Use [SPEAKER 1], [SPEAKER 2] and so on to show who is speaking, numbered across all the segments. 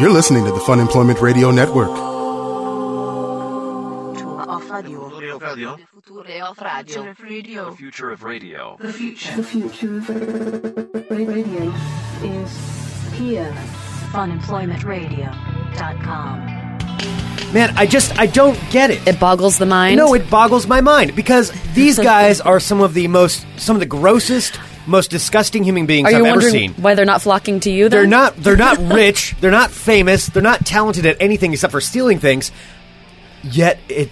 [SPEAKER 1] You're listening to the Fun Employment Radio Network.
[SPEAKER 2] Future of radio.
[SPEAKER 3] Future of radio.
[SPEAKER 2] Future of radio.
[SPEAKER 3] The future of radio.
[SPEAKER 4] The future of radio is here.
[SPEAKER 5] funemploymentradio.com.
[SPEAKER 6] Man, I just I don't get it.
[SPEAKER 7] It boggles the mind.
[SPEAKER 6] No, it boggles my mind because these guys are some of the most some of the grossest, most disgusting human beings
[SPEAKER 7] Are you
[SPEAKER 6] I've ever
[SPEAKER 7] wondering
[SPEAKER 6] seen.
[SPEAKER 7] why they're not flocking to you? Then?
[SPEAKER 6] They're not they're not rich, they're not famous, they're not talented at anything except for stealing things. Yet it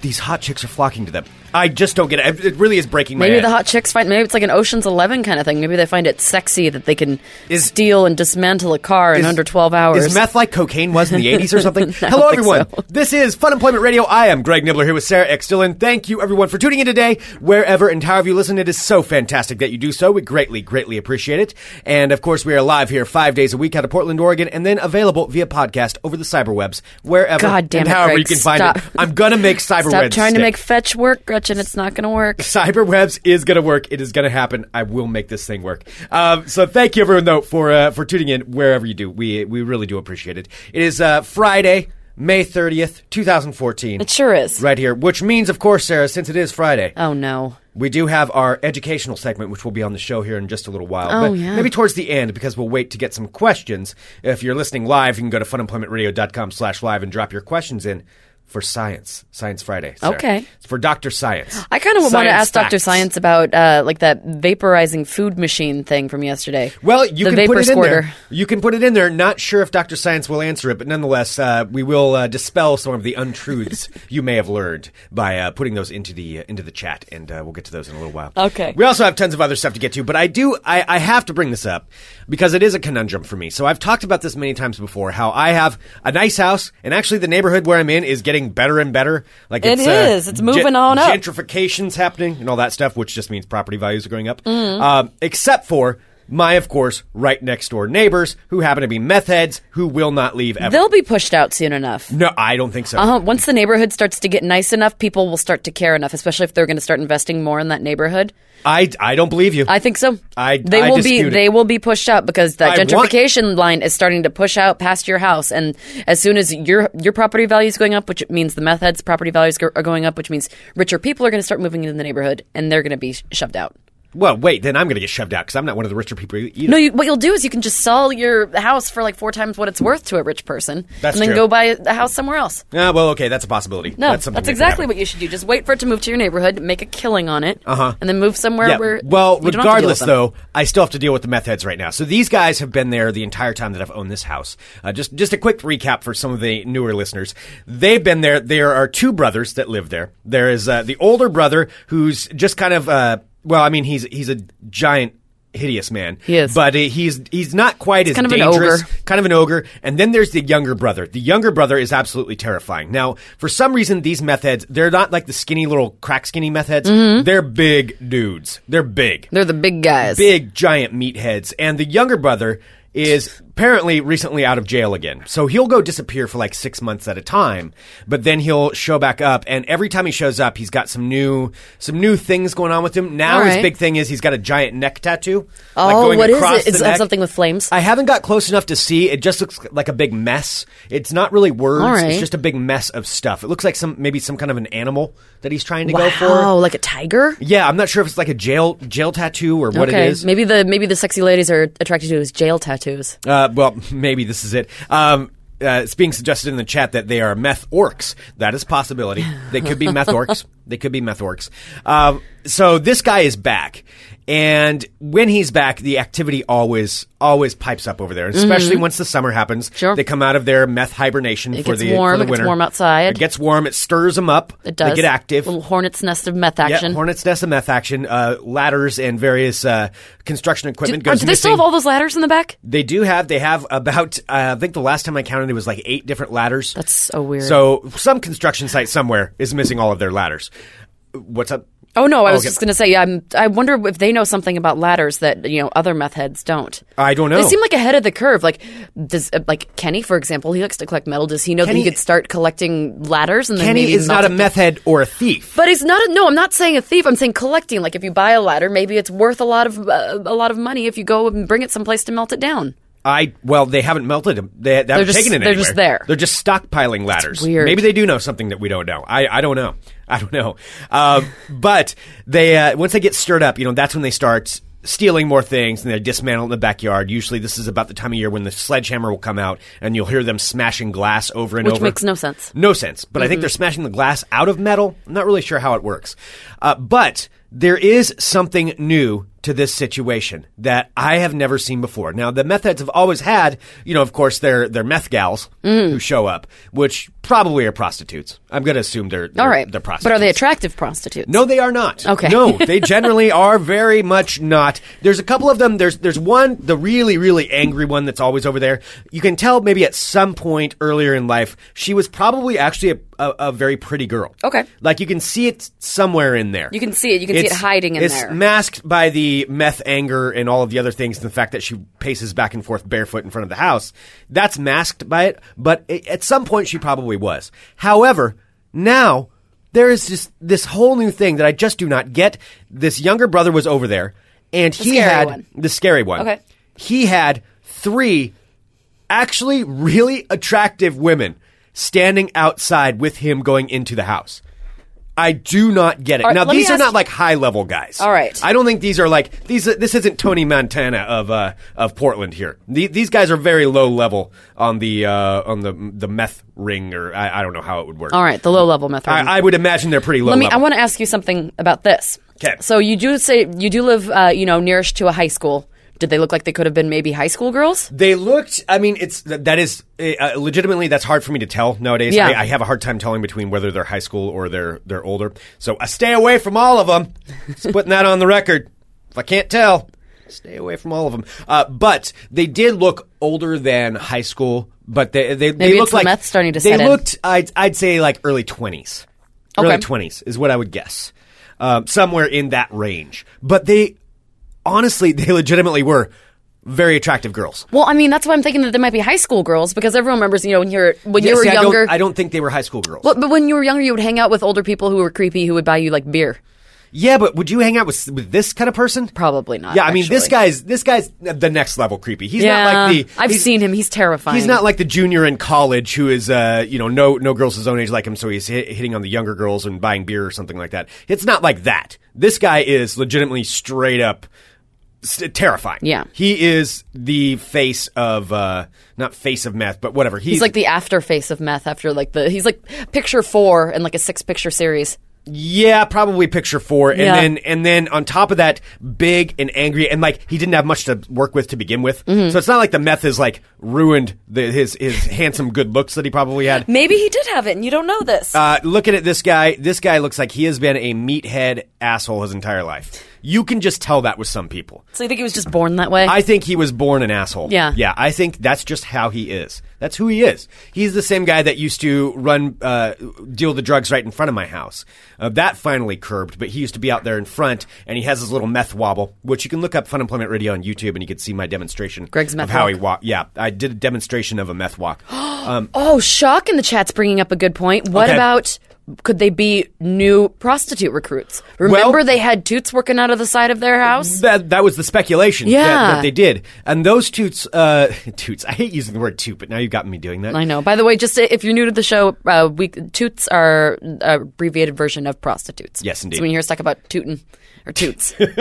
[SPEAKER 6] these hot chicks are flocking to them. I just don't get it. It really is breaking my
[SPEAKER 7] Maybe
[SPEAKER 6] head.
[SPEAKER 7] the hot chicks find. Maybe it's like an Ocean's Eleven kind of thing. Maybe they find it sexy that they can
[SPEAKER 6] Is-
[SPEAKER 7] steal and dismantle a car in
[SPEAKER 6] Is-
[SPEAKER 7] under twelve hours.
[SPEAKER 6] Is meth like cocaine was in the 80s or something?
[SPEAKER 7] I
[SPEAKER 6] Hello,
[SPEAKER 7] don't think
[SPEAKER 6] everyone.
[SPEAKER 7] so.
[SPEAKER 6] This is Fun Employment Radio. I am Greg Nibbler here with Sarah X. Dillon. Thank you, everyone, for tuning in today, wherever and however you listen. It is so fantastic that you do so. We greatly, greatly appreciate it. And of course, we are live here five days a week out of Portland, Oregon, and then available via podcast over the cyberwebs, wherever
[SPEAKER 7] God damn
[SPEAKER 6] and
[SPEAKER 7] it,
[SPEAKER 6] however
[SPEAKER 7] Greg,
[SPEAKER 6] you can
[SPEAKER 7] stop.
[SPEAKER 6] find it. I'm going to make cyberwebs.
[SPEAKER 7] Stop trying to
[SPEAKER 6] stick.
[SPEAKER 7] make fetch work, Gretchen. It's not going to work.
[SPEAKER 6] Cyberwebs is going to work. It is going to happen. I will make this thing work. Um, so thank you everyone though for uh, for tuning in wherever you do. We we really do appreciate it. It is uh, Friday, May thirtieth, two thousand fourteen.
[SPEAKER 7] It sure is.
[SPEAKER 6] Right here, which means, of course, Sarah, since it is Friday,
[SPEAKER 7] Oh no.
[SPEAKER 6] we do have our educational segment, which will be on the show here in just a little while.
[SPEAKER 7] Oh,
[SPEAKER 6] but
[SPEAKER 7] yeah.
[SPEAKER 6] Maybe towards the end, because we'll wait to get some questions. If you're listening live, you can go to funemploymentradio.com slash live and drop your questions in for science, Science Friday. Sarah.
[SPEAKER 7] Okay.
[SPEAKER 6] It's for Dr. Science.
[SPEAKER 7] I kind of want
[SPEAKER 6] Science
[SPEAKER 7] to ask Doctor
[SPEAKER 6] facts.
[SPEAKER 7] Science about uh, like that vaporizing food machine thing from yesterday.
[SPEAKER 6] Well, you
[SPEAKER 7] the
[SPEAKER 6] can
[SPEAKER 7] vapor
[SPEAKER 6] put it
[SPEAKER 7] squirter.
[SPEAKER 6] in there. You can put it in there. Not sure if Dr. Science will answer it, but nonetheless, uh, we will uh, dispel some of the untruths you may have learned by uh, putting those into the uh, into the chat, and uh, we'll get to those in a little while.
[SPEAKER 7] Okay.
[SPEAKER 6] We also have tons of other stuff to get to, but I do I, I have to bring this up because it is a conundrum for me. So I've talked about this many times before. How I have a nice house, and actually the neighborhood where I'm in is getting better and better. Like
[SPEAKER 7] It
[SPEAKER 6] it's,
[SPEAKER 7] is.
[SPEAKER 6] Uh,
[SPEAKER 7] It's moving on up.
[SPEAKER 6] gentrification's happening and all that stuff, which just means property values are going up. Um, except for my, of course, right next door neighbors who happen to be meth heads who will not leave ever.
[SPEAKER 7] They'll be pushed out soon enough.
[SPEAKER 6] no, I don't think so.
[SPEAKER 7] Uh, once the neighborhood starts to get nice enough, people will start to care enough, especially if they're going to start investing more in that neighborhood.
[SPEAKER 6] I, I don't believe you.
[SPEAKER 7] I think so.
[SPEAKER 6] I-
[SPEAKER 7] they
[SPEAKER 6] I
[SPEAKER 7] will be
[SPEAKER 6] dispute it.
[SPEAKER 7] they will be pushed out because that
[SPEAKER 6] I want-
[SPEAKER 7] gentrification line is starting to push out past your house, and as soon as your your property value is going up, which means the meth heads' property values go- are going up, which means richer people are going to start moving into the neighborhood, and they're going to be sh- shoved out.
[SPEAKER 6] well, wait, then I'm going to get shoved out because I'm not one of the richer people either.
[SPEAKER 7] No, you, what you'll do is you can just sell your house for like four times what it's worth to a rich person,
[SPEAKER 6] That's
[SPEAKER 7] and then
[SPEAKER 6] true.
[SPEAKER 7] go buy a house somewhere else.
[SPEAKER 6] Ah, well, okay, that's a possibility.
[SPEAKER 7] No,
[SPEAKER 6] that's,
[SPEAKER 7] that's,
[SPEAKER 6] something that could
[SPEAKER 7] exactly
[SPEAKER 6] happen.
[SPEAKER 7] what you should do. Just wait for it to move to your neighborhood, make a killing on it,
[SPEAKER 6] Uh-huh.
[SPEAKER 7] and then move somewhere where.
[SPEAKER 6] well,
[SPEAKER 7] you don't have to deal
[SPEAKER 6] regardless
[SPEAKER 7] with them.
[SPEAKER 6] though, I still have to deal with the meth heads right now. So these guys have been there the entire time that I've owned this house. Uh, just just a quick recap for some of the newer listeners. They've been there. There are two brothers that live there. There is uh, the older brother who's just kind of uh, well, I mean he's he's a giant. Hideous man,
[SPEAKER 7] He is.
[SPEAKER 6] but uh, he's he's not quite as
[SPEAKER 7] kind of an
[SPEAKER 6] dangerous
[SPEAKER 7] ogre.
[SPEAKER 6] kind of an ogre. And then there's the younger brother. The younger brother is absolutely terrifying. Now, for some reason, these meth heads, they're not like the skinny little crack skinny meth heads. They're big dudes. They're big.
[SPEAKER 7] Mm-hmm. They're the big guys.
[SPEAKER 6] Big giant meatheads. And the younger brother is apparently recently out of jail again. So he'll go disappear for like six months at a time, but then he'll show back up. And every time he shows up, he's got some new, some new things going on with him. Now
[SPEAKER 7] All
[SPEAKER 6] his
[SPEAKER 7] right.
[SPEAKER 6] big thing is he's got a giant neck tattoo. like
[SPEAKER 7] Oh,
[SPEAKER 6] going
[SPEAKER 7] what is
[SPEAKER 6] across
[SPEAKER 7] it? Is
[SPEAKER 6] the
[SPEAKER 7] it
[SPEAKER 6] neck.
[SPEAKER 7] something with flames?
[SPEAKER 6] I haven't got close enough to see. It just looks like a big mess. It's not really words.
[SPEAKER 7] All right.
[SPEAKER 6] It's just a big mess of stuff. It looks like some maybe some kind of an animal that he's trying to go
[SPEAKER 7] Wow,
[SPEAKER 6] for.
[SPEAKER 7] like a tiger?
[SPEAKER 6] Yeah, I'm not sure if it's like a jail jail tattoo or what
[SPEAKER 7] okay,
[SPEAKER 6] it is.
[SPEAKER 7] maybe the maybe the sexy ladies are attracted to his jail tattoos.
[SPEAKER 6] Uh, well, maybe this is it. Um, uh, it's being suggested in the chat that they are meth orcs. That is a possibility. They could be meth orcs. They could be meth orcs. Um, so this guy is back, and when he's back, the activity always always pipes up over there. Especially once the summer happens,
[SPEAKER 7] Mm-hmm. Sure.
[SPEAKER 6] they come out of their meth hibernation for
[SPEAKER 7] gets
[SPEAKER 6] the for
[SPEAKER 7] warm,
[SPEAKER 6] the
[SPEAKER 7] it gets
[SPEAKER 6] winter.
[SPEAKER 7] warm outside.
[SPEAKER 6] It gets warm. It stirs them up.
[SPEAKER 7] It does.
[SPEAKER 6] They get active.
[SPEAKER 7] Little hornet's nest of meth
[SPEAKER 6] Yeah,
[SPEAKER 7] action.
[SPEAKER 6] hornets nest of meth action, uh, ladders and various uh, construction
[SPEAKER 7] do,
[SPEAKER 6] equipment
[SPEAKER 7] are-
[SPEAKER 6] goes
[SPEAKER 7] do they still have
[SPEAKER 6] missing.
[SPEAKER 7] all those ladders in the back?
[SPEAKER 6] They do have. They have about. Uh, I think the last time I counted, it was like eight different ladders.
[SPEAKER 7] That's so weird.
[SPEAKER 6] So some construction site somewhere is missing all of their ladders. What's up?
[SPEAKER 7] oh no, I was
[SPEAKER 6] Okay.
[SPEAKER 7] just going to say. I'm, I wonder if they know something about ladders that you know other meth heads don't.
[SPEAKER 6] I don't know.
[SPEAKER 7] They seem like ahead of the curve. Like does uh, like Kenny, for example, he likes to collect metal. Does he know
[SPEAKER 6] Kenny-
[SPEAKER 7] that he could start collecting ladders and then
[SPEAKER 6] Kenny
[SPEAKER 7] maybe
[SPEAKER 6] is not a
[SPEAKER 7] melt it
[SPEAKER 6] meth head or a thief.
[SPEAKER 7] But he's not. A, no, I'm not saying a thief. I'm saying collecting. Like if you buy a ladder, maybe it's worth a lot of uh, a lot of money if you go and bring it someplace to melt it down.
[SPEAKER 6] I well, they haven't melted them. They, they haven't
[SPEAKER 7] just-
[SPEAKER 6] taken it
[SPEAKER 7] they're just
[SPEAKER 6] anywhere.
[SPEAKER 7] there.
[SPEAKER 6] They're just stockpiling ladders.
[SPEAKER 7] weird.
[SPEAKER 6] Maybe they do know something that we don't know. I, I don't know. I don't know. Um, but they uh, once they get stirred up, you know, that's when they start stealing more things and they dismantle in the backyard. Usually, this is about the time of year when the sledgehammer will come out and you'll hear them smashing glass over and
[SPEAKER 7] Which
[SPEAKER 6] over.
[SPEAKER 7] makes no sense.
[SPEAKER 6] No sense. But I
[SPEAKER 7] Mm-hmm.
[SPEAKER 6] think they're smashing the glass out of metal. I'm not really sure how it works. Uh, but there is something new to this situation that I have never seen before. Now, the meth heads have always had, you know, of course, their their meth gals
[SPEAKER 7] Mm.
[SPEAKER 6] who show up, which probably are prostitutes. I'm going to assume they're, they're
[SPEAKER 7] All right.
[SPEAKER 6] they're prostitutes.
[SPEAKER 7] But are they attractive prostitutes?
[SPEAKER 6] No, they are not.
[SPEAKER 7] Okay.
[SPEAKER 6] No, they generally are very much not. There's a couple of them. There's there's one, the really really angry one that's always over there. You can tell maybe at some point earlier in life she was probably actually a, a, a very pretty girl.
[SPEAKER 7] Okay.
[SPEAKER 6] Like you can see it somewhere in there.
[SPEAKER 7] You can see it. You can see it hiding in
[SPEAKER 6] it's
[SPEAKER 7] there.
[SPEAKER 6] masked by the meth anger and all of the other things, and the fact that she paces back and forth barefoot in front of the house. That's masked by it, but i at some point she probably was. However, now there is just this whole new thing that I just do not get. This younger brother was over there, and he
[SPEAKER 7] scary
[SPEAKER 6] had
[SPEAKER 7] one.
[SPEAKER 6] the scary one.
[SPEAKER 7] Okay.
[SPEAKER 6] He had three actually really attractive women standing outside with him going into the house. I do not get it.
[SPEAKER 7] All right,
[SPEAKER 6] now
[SPEAKER 7] let me
[SPEAKER 6] these are
[SPEAKER 7] ask-
[SPEAKER 6] not like high level guys.
[SPEAKER 7] All right.
[SPEAKER 6] I don't think these are like these. This isn't Tony Montana of uh, of Portland here. The, these guys are very low level on the uh, on the the meth ring, or I, I don't know how it would work.
[SPEAKER 7] All right. The low level meth. ring.
[SPEAKER 6] I, I would imagine they're pretty low.
[SPEAKER 7] Let me.
[SPEAKER 6] level.
[SPEAKER 7] I want to ask you something about this.
[SPEAKER 6] 'Kay.
[SPEAKER 7] So you do say you do live, uh, you know, nearest to a high school. Did they look like they could have been maybe high school girls?
[SPEAKER 6] They looked. I mean, it's th- that is uh, legitimately that's hard for me to tell nowadays.
[SPEAKER 7] Yeah.
[SPEAKER 6] I, I have a hard time telling between whether they're high school or they're they're older. So I stay away from all of them. Just putting that on the record. If I can't tell, stay away from all of them. Uh, but they did look older than high school. But they they, they
[SPEAKER 7] Maybe
[SPEAKER 6] looked
[SPEAKER 7] it's the
[SPEAKER 6] like
[SPEAKER 7] meth starting to
[SPEAKER 6] They
[SPEAKER 7] set in.
[SPEAKER 6] looked. I'd I'd say like early twenties. Early
[SPEAKER 7] Okay.
[SPEAKER 6] twenties is what I would guess. Um, somewhere in that range. But they honestly, they legitimately were very attractive girls.
[SPEAKER 7] Well, I mean, that's why I'm thinking that they might be high school girls because everyone remembers, you know, when you're when
[SPEAKER 6] Yeah,
[SPEAKER 7] you were
[SPEAKER 6] see, I don't-
[SPEAKER 7] younger.
[SPEAKER 6] I don't, think they were high school girls.
[SPEAKER 7] But, but when you were younger, you would hang out with older people who were creepy, who would buy you like beer.
[SPEAKER 6] yeah, but would you hang out with with this kind of person?
[SPEAKER 7] Probably not.
[SPEAKER 6] Yeah, I mean this
[SPEAKER 7] actually.
[SPEAKER 6] guy's this guy's the next level creepy. He's
[SPEAKER 7] Yeah,
[SPEAKER 6] not like the
[SPEAKER 7] I've
[SPEAKER 6] he's-
[SPEAKER 7] seen him. He's terrifying.
[SPEAKER 6] He's not like the junior in college who is, uh, you know, no no girls his own age like him, so he's hit, hitting on the younger girls and buying beer or something like that. It's not like that. This guy is legitimately straight up s terrifying.
[SPEAKER 7] Yeah.
[SPEAKER 6] he is the face of uh, not face of meth, but whatever.
[SPEAKER 7] He's like the after face of meth after like the he's like picture four and like a six picture series.
[SPEAKER 6] Yeah, probably picture four, and
[SPEAKER 7] Yeah.
[SPEAKER 6] then and then on top of that, big and angry, and like he didn't have much to work with to begin with. So it's not like the meth has like ruined the, his his handsome good looks that he probably had.
[SPEAKER 7] Maybe he did have it, and you don't know this.
[SPEAKER 6] Uh, looking at this guy, this guy looks like he has been a meathead asshole his entire life. You can just tell that with some people.
[SPEAKER 7] so you think he was just born that way?
[SPEAKER 6] I think he was born an asshole.
[SPEAKER 7] Yeah.
[SPEAKER 6] Yeah. I think that's just how he is. That's who he is. He's the same guy that used to run, uh, deal the drugs right in front of my house. Uh, that finally curbed, but he used to be out there in front and he has his little meth wobble, which you can look up Fun Employment Radio on YouTube and you can see my demonstration
[SPEAKER 7] Greg's
[SPEAKER 6] of
[SPEAKER 7] meth
[SPEAKER 6] how
[SPEAKER 7] walk.
[SPEAKER 6] he walked. Yeah. I did a demonstration of a meth walk.
[SPEAKER 7] oh, shock in the chat's bringing up a good point. What
[SPEAKER 6] Okay.
[SPEAKER 7] about could they be new prostitute recruits? Remember they had toots working out of the side of their house.
[SPEAKER 6] That that was the speculation. that-
[SPEAKER 7] Yeah.
[SPEAKER 6] that, they did, and those toots, uh, toots. I hate using the word toot, but now you've gotten me doing that.
[SPEAKER 7] I know. By the way, just uh, if you're new to the show, uh, we toots are uh, abbreviated version of prostitutes.
[SPEAKER 6] Yes, indeed.
[SPEAKER 7] So when you hear us talk about tootin' or toots,
[SPEAKER 6] Out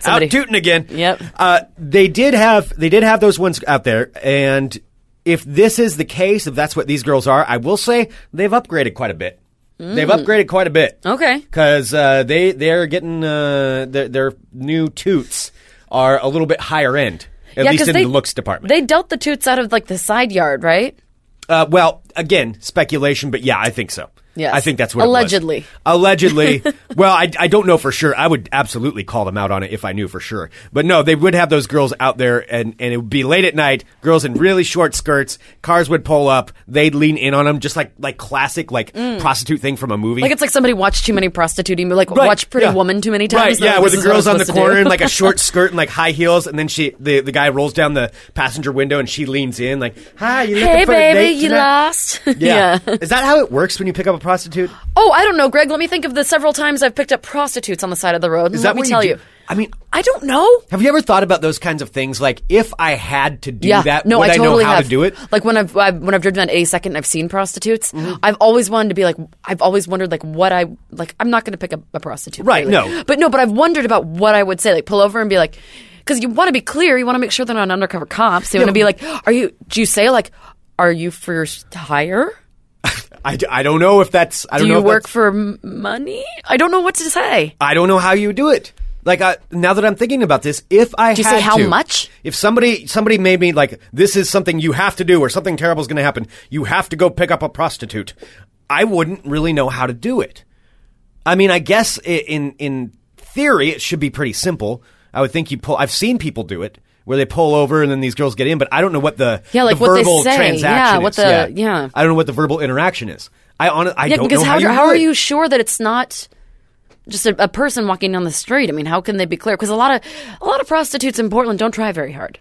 [SPEAKER 7] somebody-
[SPEAKER 6] tooting again.
[SPEAKER 7] Yep.
[SPEAKER 6] Uh, they did have they did have those ones out there, and if this is the case, if that's what these girls are, I will say they've upgraded quite a bit. They've upgraded quite a bit.
[SPEAKER 7] Mm. Okay.
[SPEAKER 6] Because uh, they they're getting uh, their, their new toots are a little bit higher end. At
[SPEAKER 7] Yeah,
[SPEAKER 6] least
[SPEAKER 7] 'cause
[SPEAKER 6] in
[SPEAKER 7] they-
[SPEAKER 6] the looks department.
[SPEAKER 7] they dealt the toots out of like the side yard, right?
[SPEAKER 6] Uh, well, again, speculation, but yeah, I think so.
[SPEAKER 7] Yes.
[SPEAKER 6] I think that's what it was.
[SPEAKER 7] Allegedly.
[SPEAKER 6] Allegedly. well, I, I don't know for sure. I would absolutely call them out on it if I knew for sure. But no, they would have those girls out there, and, and it would be late at night. Girls in really short skirts. Cars would pull up. They'd lean in on them, just like like classic like prostitute thing from a movie.
[SPEAKER 7] Mm. Like it's like somebody watched too many prostitute, emo- like
[SPEAKER 6] Right,
[SPEAKER 7] watched Pretty
[SPEAKER 6] yeah.
[SPEAKER 7] Woman too many times.
[SPEAKER 6] Right, yeah,
[SPEAKER 7] like,
[SPEAKER 6] where
[SPEAKER 7] this
[SPEAKER 6] the
[SPEAKER 7] is what I'm
[SPEAKER 6] girl's on the
[SPEAKER 7] supposed to
[SPEAKER 6] corner
[SPEAKER 7] do.
[SPEAKER 6] in like a short skirt and like high heels, and then she the, the guy rolls down the passenger window and she leans in like, "Hi, you looking
[SPEAKER 7] hey
[SPEAKER 6] for a date
[SPEAKER 7] baby, you
[SPEAKER 6] tonight?"
[SPEAKER 7] lost.
[SPEAKER 6] Yeah. Is that how it works when you pick up a prostitute?
[SPEAKER 7] Oh, I don't know, Greg. Let me think of the several times I've picked up prostitutes on the side of the road.
[SPEAKER 6] Is
[SPEAKER 7] let
[SPEAKER 6] that
[SPEAKER 7] me
[SPEAKER 6] what
[SPEAKER 7] tell
[SPEAKER 6] you
[SPEAKER 7] you.
[SPEAKER 6] do? I mean,
[SPEAKER 7] I don't know.
[SPEAKER 6] have you ever thought about those kinds of things? Like, if I had to do
[SPEAKER 7] yeah.
[SPEAKER 6] that,
[SPEAKER 7] no,
[SPEAKER 6] would
[SPEAKER 7] I,
[SPEAKER 6] I,
[SPEAKER 7] totally
[SPEAKER 6] know how
[SPEAKER 7] have.
[SPEAKER 6] to do it?
[SPEAKER 7] Like when I've, I've when I've driven on 82nd and I've seen prostitutes,
[SPEAKER 6] Mm-hmm.
[SPEAKER 7] I've always wanted to be like I've always wondered like what I like I'm not going to pick up a prostitute.
[SPEAKER 6] Right,
[SPEAKER 7] clearly.
[SPEAKER 6] no.
[SPEAKER 7] But no, but I've wondered about what I would say like pull over and be like cuz you want to be clear, you want to make sure they're not undercover cops. You want to be like are you do you say like are you for hire?
[SPEAKER 6] I, d- I don't know if that's. I
[SPEAKER 7] Do
[SPEAKER 6] don't know
[SPEAKER 7] you
[SPEAKER 6] if
[SPEAKER 7] work
[SPEAKER 6] that's-
[SPEAKER 7] for m- money? I don't know what to say.
[SPEAKER 6] I don't know how you do it. Like I, now that I'm thinking about this, if I
[SPEAKER 7] Do you
[SPEAKER 6] had
[SPEAKER 7] say how
[SPEAKER 6] to-
[SPEAKER 7] much?
[SPEAKER 6] If somebody somebody made me like this is something you have to do or something terrible is going to happen, you have to go pick up a prostitute. I wouldn't really know how to do it. I mean, I guess i- in in theory it should be pretty simple. I would think you pull. I've seen people do it where they pull over and then these girls get in, but I don't know what the
[SPEAKER 7] Yeah, like
[SPEAKER 6] the
[SPEAKER 7] what they
[SPEAKER 6] verbal
[SPEAKER 7] say.
[SPEAKER 6] transaction
[SPEAKER 7] Yeah, what
[SPEAKER 6] is.
[SPEAKER 7] the- yeah.
[SPEAKER 6] I don't know what the verbal interaction is. I on I
[SPEAKER 7] Yeah,
[SPEAKER 6] don't
[SPEAKER 7] because
[SPEAKER 6] know
[SPEAKER 7] how,
[SPEAKER 6] how you
[SPEAKER 7] do-
[SPEAKER 6] do
[SPEAKER 7] how are
[SPEAKER 6] it.
[SPEAKER 7] you sure that it's not just a, a person walking down the street? I mean, how can they be clear? Because a lot of a lot of prostitutes in Portland don't try very hard.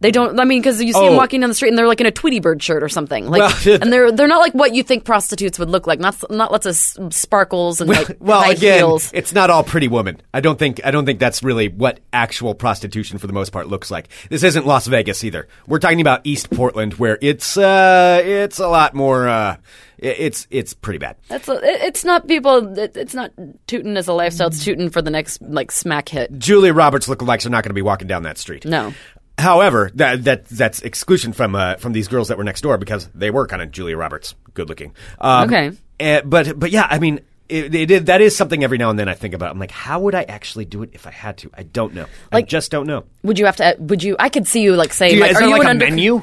[SPEAKER 7] They don't. I mean, because you see
[SPEAKER 6] Oh.
[SPEAKER 7] them walking down the street and they're like in a Tweety Bird shirt or something, like,
[SPEAKER 6] Well,
[SPEAKER 7] and they're they're not like what you think prostitutes would look like. Not not lots of s- sparkles and like
[SPEAKER 6] well
[SPEAKER 7] high
[SPEAKER 6] again
[SPEAKER 7] heels.
[SPEAKER 6] it's not all pretty woman i don't think i don't think that's really what actual prostitution for the most part looks like this isn't las vegas either we're talking about east portland where it's uh it's a lot more uh i- it's it's pretty bad
[SPEAKER 7] That's a, it- it's not people. It, it's not tooting as a lifestyle. It's tooting for the next like smack hit.
[SPEAKER 6] julia roberts lookalikes are not going to be walking down that street
[SPEAKER 7] No.
[SPEAKER 6] However, that, that that's exclusion from uh, from these girls that were next door because they were kind of Julia Roberts, good looking. Um,
[SPEAKER 7] Okay.
[SPEAKER 6] eh, but but yeah, I mean, it, it, is- that is something every now and then I think about. I'm like, how would I actually do it if I had to? I don't know. I
[SPEAKER 7] Like-
[SPEAKER 6] just don't know.
[SPEAKER 7] Would you have to? Would you? I could see you like saying,
[SPEAKER 6] Do you,
[SPEAKER 7] like,
[SPEAKER 6] is
[SPEAKER 7] are
[SPEAKER 6] there
[SPEAKER 7] you
[SPEAKER 6] like
[SPEAKER 7] an
[SPEAKER 6] a
[SPEAKER 7] under-
[SPEAKER 6] menu?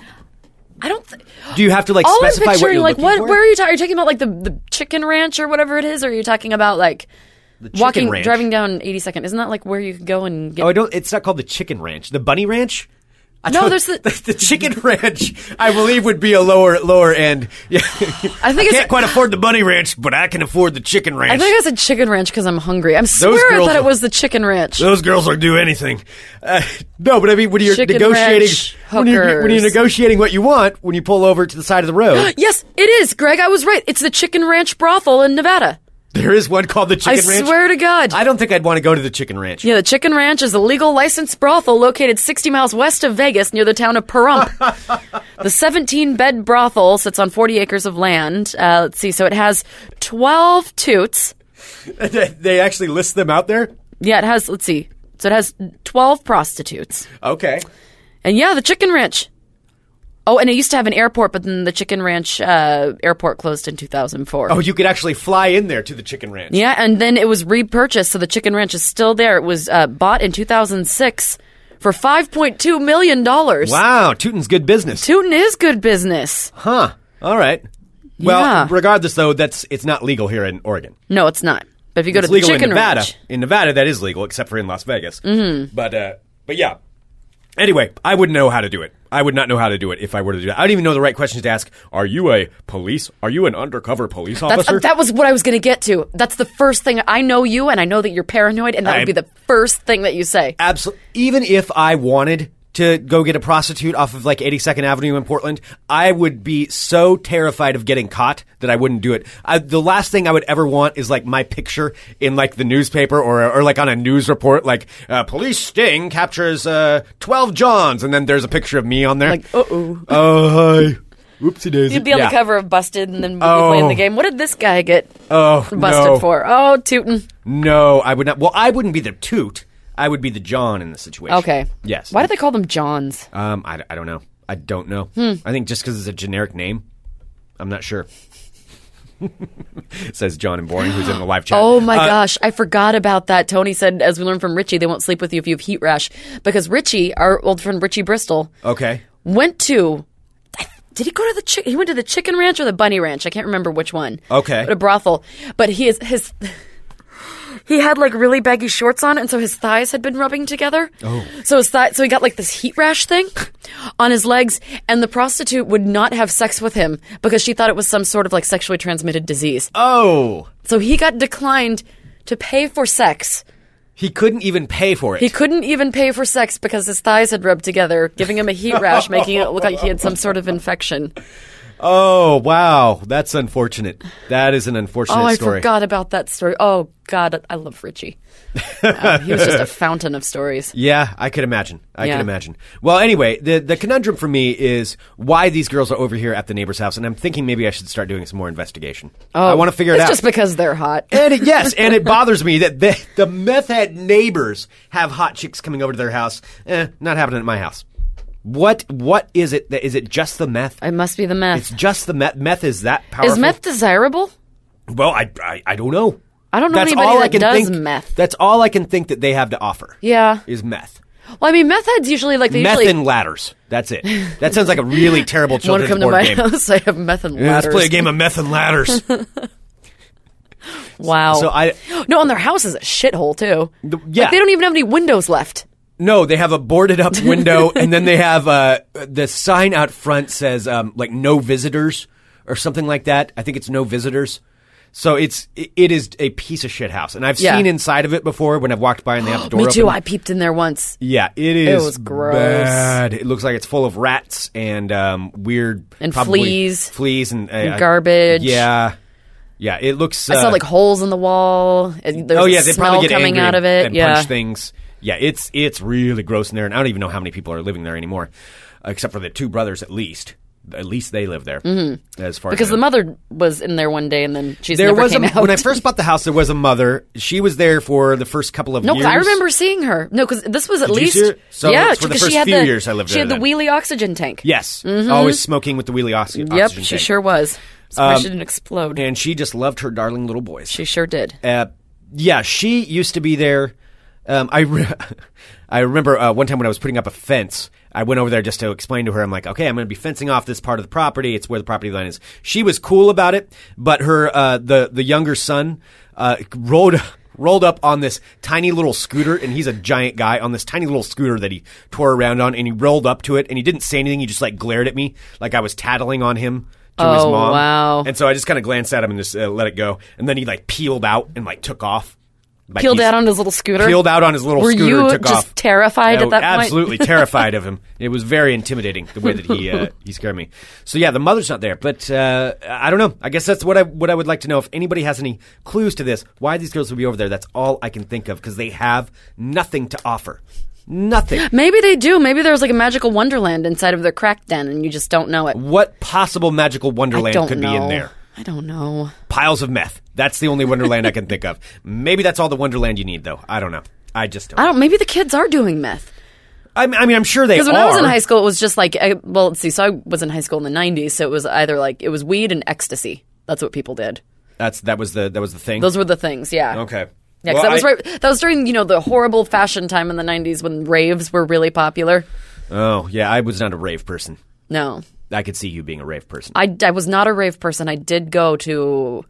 [SPEAKER 7] I don't. Th-
[SPEAKER 6] Do you have to like
[SPEAKER 7] All I'm
[SPEAKER 6] specify what
[SPEAKER 7] picturing,
[SPEAKER 6] you're
[SPEAKER 7] like,
[SPEAKER 6] looking
[SPEAKER 7] what?
[SPEAKER 6] for?
[SPEAKER 7] Where are you? Ta- are you talking about like the the chicken ranch or whatever it is? Or are you talking about like
[SPEAKER 6] chicken
[SPEAKER 7] walking,
[SPEAKER 6] ranch.
[SPEAKER 7] driving down 82nd? Isn't that like where you could go and get?
[SPEAKER 6] Oh, I don't. It's not called the Chicken Ranch. The Bunny Ranch. I
[SPEAKER 7] No,
[SPEAKER 6] don't-
[SPEAKER 7] there's the-
[SPEAKER 6] the Chicken Ranch. I believe would be a lower lower end. Yeah,
[SPEAKER 7] I think
[SPEAKER 6] can't
[SPEAKER 7] it's.
[SPEAKER 6] quite afford the Bunny Ranch, but I can afford the Chicken Ranch.
[SPEAKER 7] I think I said chicken ranch because I'm hungry. I'm swear I
[SPEAKER 6] girls
[SPEAKER 7] thought it
[SPEAKER 6] are-
[SPEAKER 7] was the chicken ranch.
[SPEAKER 6] Those girls will do anything. Uh, no, but I mean, when you're
[SPEAKER 7] Chicken
[SPEAKER 6] negotiating,
[SPEAKER 7] ranch,
[SPEAKER 6] when, you're, when you're
[SPEAKER 7] hookers.
[SPEAKER 6] negotiating what you want, when you pull over to the side of the road,
[SPEAKER 7] Yes, it is, Greg. I was right. It's the chicken ranch brothel in Nevada.
[SPEAKER 6] there is one called the Chicken
[SPEAKER 7] I
[SPEAKER 6] Ranch.
[SPEAKER 7] swear to God.
[SPEAKER 6] I don't think I'd want to go to the Chicken Ranch.
[SPEAKER 7] yeah, the Chicken Ranch is a legal licensed brothel located 60 miles west of Vegas near the town of Pahrump. The 17 bed brothel sits on 40 acres of land. Uh, let's see. So it has 12 toots.
[SPEAKER 6] they actually list them out there.
[SPEAKER 7] Yeah, it has, let's see. So it has 12 prostitutes.
[SPEAKER 6] Okay.
[SPEAKER 7] And yeah, the Chicken Ranch. Oh, and it used to have an airport, but then the Chicken Ranch uh, airport closed in 2004.
[SPEAKER 6] Oh, you could actually fly in there to the Chicken Ranch.
[SPEAKER 7] Yeah, and then it was repurchased, so the Chicken Ranch is still there. It was uh, bought in 2006 for $5.2 million.
[SPEAKER 6] Wow, Tootin's good business,
[SPEAKER 7] Tootin' is good business.
[SPEAKER 6] huh? All right. Well,
[SPEAKER 7] Yeah.
[SPEAKER 6] regardless though, that's it's not legal here in Oregon.
[SPEAKER 7] No, it's not. But if you go
[SPEAKER 6] it's
[SPEAKER 7] to the
[SPEAKER 6] legal
[SPEAKER 7] Chicken
[SPEAKER 6] in Nevada.
[SPEAKER 7] Ranch.
[SPEAKER 6] In Nevada, that is legal, except for in Las Vegas. Mm-hmm. But uh, but yeah. Anyway, I wouldn't know how to do it. I would not know how to do it if I were to do that. I don't even know the right questions to ask. Are you a police? Are you an undercover police
[SPEAKER 7] That's,
[SPEAKER 6] officer?
[SPEAKER 7] that was what I was going to get to. That's the first thing. I know you, and I know that you're paranoid, and that
[SPEAKER 6] I-
[SPEAKER 7] would be the first thing that you say.
[SPEAKER 6] Absolutely. Even if I wanted to go get a prostitute off of like 82nd Avenue in Portland, I would be so terrified of getting caught that I wouldn't do it. I, the last thing I would ever want is like my picture in like the newspaper or or like on a news report, like uh, police sting captures uh, 12 Johns, and then there's a picture of me on there.
[SPEAKER 7] Like, uh-oh.
[SPEAKER 6] Oh hi. Whoopsie daisy.
[SPEAKER 7] You'd be on
[SPEAKER 6] Yeah.
[SPEAKER 7] the cover of Busted, and then we'd be
[SPEAKER 6] Oh.
[SPEAKER 7] playing the game. What did this guy get
[SPEAKER 6] Oh,
[SPEAKER 7] busted
[SPEAKER 6] no.
[SPEAKER 7] for? Oh, Tootin.
[SPEAKER 6] No, I would not. Well, I wouldn't be the toot. I would be the John in the situation.
[SPEAKER 7] Okay.
[SPEAKER 6] Yes.
[SPEAKER 7] Why do they call them Johns?
[SPEAKER 6] Um, I, I don't know. I don't know.
[SPEAKER 7] Hmm.
[SPEAKER 6] I think just because it's a generic name, I'm not sure. Says John and Boring, who's in the live chat.
[SPEAKER 7] Oh my
[SPEAKER 6] Uh,
[SPEAKER 7] gosh, I forgot about that. Tony said, as we learned from Richie, they won't sleep with you if you have heat rash because Richie, our old friend Richie Bristol,
[SPEAKER 6] Okay.
[SPEAKER 7] went to. Did he go to the chick? He went to the chicken ranch or the bunny ranch? I can't remember which one.
[SPEAKER 6] Okay.
[SPEAKER 7] But a brothel. But he is his. He had like really baggy shorts on, and so his thighs had been rubbing together. Oh. So his thigh, so he got like this heat rash thing on his legs, and the prostitute would not have sex with him because she thought it was some sort of like sexually transmitted disease.
[SPEAKER 6] Oh,
[SPEAKER 7] So he got declined to pay for sex.
[SPEAKER 6] he couldn't even pay for it.
[SPEAKER 7] He couldn't even pay for sex because his thighs had rubbed together, giving him a heat rash, making it look like he had some sort of infection.
[SPEAKER 6] Oh wow, that's unfortunate. That is an unfortunate
[SPEAKER 7] Oh, I
[SPEAKER 6] story.
[SPEAKER 7] forgot about that story. Oh God, I love Richie. Wow, he was just a fountain of stories.
[SPEAKER 6] Yeah, I could imagine. I
[SPEAKER 7] Yeah.
[SPEAKER 6] could imagine. Well, anyway, the the conundrum for me is why these girls are over here at the neighbor's house, and I'm thinking maybe I should start doing some more investigation. I want to figure it
[SPEAKER 7] Oh, it's
[SPEAKER 6] out.
[SPEAKER 7] just because they're hot.
[SPEAKER 6] and it, yes, and it bothers me that the, the meth head neighbors have hot chicks coming over to their house. Eh, not happening at my house. What what is it? That, is it just the meth?
[SPEAKER 7] It must be the meth.
[SPEAKER 6] it's just the meth. Meth is that powerful?
[SPEAKER 7] Is meth desirable?
[SPEAKER 6] Well, I I, I don't know.
[SPEAKER 7] I don't know
[SPEAKER 6] That's
[SPEAKER 7] anybody
[SPEAKER 6] all I
[SPEAKER 7] that
[SPEAKER 6] can think,
[SPEAKER 7] does meth.
[SPEAKER 6] That's all I can think that they have to offer.
[SPEAKER 7] Yeah.
[SPEAKER 6] is meth.
[SPEAKER 7] Well, I mean, meth heads usually like they
[SPEAKER 6] meth
[SPEAKER 7] usually
[SPEAKER 6] and ladders. That's it. That sounds like a really terrible
[SPEAKER 7] want to
[SPEAKER 6] children's
[SPEAKER 7] come to
[SPEAKER 6] board
[SPEAKER 7] my
[SPEAKER 6] game.
[SPEAKER 7] house. I have meth and
[SPEAKER 6] Yeah,
[SPEAKER 7] ladders.
[SPEAKER 6] let's play a game of meth and ladders.
[SPEAKER 7] Wow.
[SPEAKER 6] So I-
[SPEAKER 7] no, and their house is a shithole too.
[SPEAKER 6] The- yeah.
[SPEAKER 7] Like, they don't even have any windows left.
[SPEAKER 6] no, they have a boarded up window, and then they have uh, the sign out front says um, like no visitors or something like that. I think it's no visitors. So it's it it is a piece of shit house, and I've
[SPEAKER 7] Yeah.
[SPEAKER 6] seen inside of it before when I've walked by and they have the door.
[SPEAKER 7] Me too.
[SPEAKER 6] open.
[SPEAKER 7] I peeped in there once.
[SPEAKER 6] Yeah, it is.
[SPEAKER 7] was gross.
[SPEAKER 6] Bad. It looks like it's full of rats and um, weird
[SPEAKER 7] And
[SPEAKER 6] probably
[SPEAKER 7] fleas.
[SPEAKER 6] fleas and, uh, uh,
[SPEAKER 7] garbage.
[SPEAKER 6] Yeah, yeah. It looks.
[SPEAKER 7] I
[SPEAKER 6] uh,
[SPEAKER 7] saw like holes in the wall. and There's
[SPEAKER 6] oh yeah,
[SPEAKER 7] a
[SPEAKER 6] they
[SPEAKER 7] smell
[SPEAKER 6] probably get
[SPEAKER 7] coming
[SPEAKER 6] angry
[SPEAKER 7] out
[SPEAKER 6] and,
[SPEAKER 7] of it.
[SPEAKER 6] and
[SPEAKER 7] yeah.
[SPEAKER 6] punch things. Yeah, it's it's really gross in there, and I don't even know how many people are living there anymore, except for the two brothers at least. At least they live there. Mm-hmm. As far
[SPEAKER 7] Because
[SPEAKER 6] as I
[SPEAKER 7] the
[SPEAKER 6] know.
[SPEAKER 7] mother was in there one day and then she's
[SPEAKER 6] There
[SPEAKER 7] never
[SPEAKER 6] was a,
[SPEAKER 7] came out.
[SPEAKER 6] when I first bought the house, there was a mother. She was there for the first couple of
[SPEAKER 7] No, 'cause
[SPEAKER 6] years.
[SPEAKER 7] I remember seeing her. No, because this was at
[SPEAKER 6] Did you
[SPEAKER 7] least
[SPEAKER 6] see her? So
[SPEAKER 7] yeah.
[SPEAKER 6] it's for the
[SPEAKER 7] 'cause
[SPEAKER 6] first
[SPEAKER 7] she had
[SPEAKER 6] few
[SPEAKER 7] the,
[SPEAKER 6] years I lived
[SPEAKER 7] She had
[SPEAKER 6] there
[SPEAKER 7] the wheelie oxygen tank.
[SPEAKER 6] Yes, always smoking with the wheelie oxy- oxygen.
[SPEAKER 7] Mm-hmm. Yep, she
[SPEAKER 6] tank. Um,
[SPEAKER 7] sure was. That's why she didn't explode.
[SPEAKER 6] and she just loved her darling little boys.
[SPEAKER 7] she sure did.
[SPEAKER 6] uh, yeah, she used to be there. Um, I re- I remember uh, one time when I was putting up a fence, I went over there just to explain to her. I'm like, okay, I'm going to be fencing off this part of the property. It's where the property line is. She was cool about it, but her uh, the the younger son uh, rolled. Rolled up on this tiny little scooter, and he's a giant guy on this tiny little scooter that he tore around on, and he rolled up to it, and he didn't say anything. He just like glared at me, like I was tattling on him to his
[SPEAKER 7] Oh,
[SPEAKER 6] mom.
[SPEAKER 7] wow.
[SPEAKER 6] And so I just kind of glanced at him and just uh, let it go. And then he like peeled out and like took off. Like,
[SPEAKER 7] Peeled
[SPEAKER 6] he's-
[SPEAKER 7] out on his little scooter.
[SPEAKER 6] Peeled out on his little
[SPEAKER 7] Were
[SPEAKER 6] scooter
[SPEAKER 7] you
[SPEAKER 6] and took
[SPEAKER 7] just
[SPEAKER 6] off.
[SPEAKER 7] terrified
[SPEAKER 6] No,
[SPEAKER 7] at that point?
[SPEAKER 6] Absolutely terrified of him. It was very intimidating the way that he uh, he scared me. So yeah, the mother's not there, but uh, I don't know. I guess that's what I what I would like to know. If anybody has any clues to this, why these girls would be over there? That's all I can think of because they have nothing to offer. Nothing.
[SPEAKER 7] Maybe they do. Maybe there's like a magical wonderland inside of their crack den, and you just don't know it.
[SPEAKER 6] What possible magical
[SPEAKER 7] I
[SPEAKER 6] wonderland
[SPEAKER 7] don't
[SPEAKER 6] could
[SPEAKER 7] know.
[SPEAKER 6] be in there?
[SPEAKER 7] I don't know.
[SPEAKER 6] piles of meth. That's the only Wonderland I can think of. Maybe that's all the Wonderland you need, though. I don't know. I just don't.
[SPEAKER 7] I
[SPEAKER 6] I,
[SPEAKER 7] don't. Maybe the kids are doing meth.
[SPEAKER 6] mean- I mean, I'm sure they
[SPEAKER 7] Because when
[SPEAKER 6] are.
[SPEAKER 7] I was in high school, it was just like, I, well, let's see. So I was in high school in the '90s, so it was either like it was weed and ecstasy. That's what people did.
[SPEAKER 6] that's that was the that was the thing.
[SPEAKER 7] Those were the things. Yeah.
[SPEAKER 6] okay.
[SPEAKER 7] Yeah, 'cause
[SPEAKER 6] Well,
[SPEAKER 7] that was
[SPEAKER 6] I-
[SPEAKER 7] right. That was during you know the horrible fashion time in the '90s when raves were really popular.
[SPEAKER 6] Oh yeah, I was not a rave person.
[SPEAKER 7] No,
[SPEAKER 6] I could see you being a rave person.
[SPEAKER 7] I, I was not a rave person. I did go to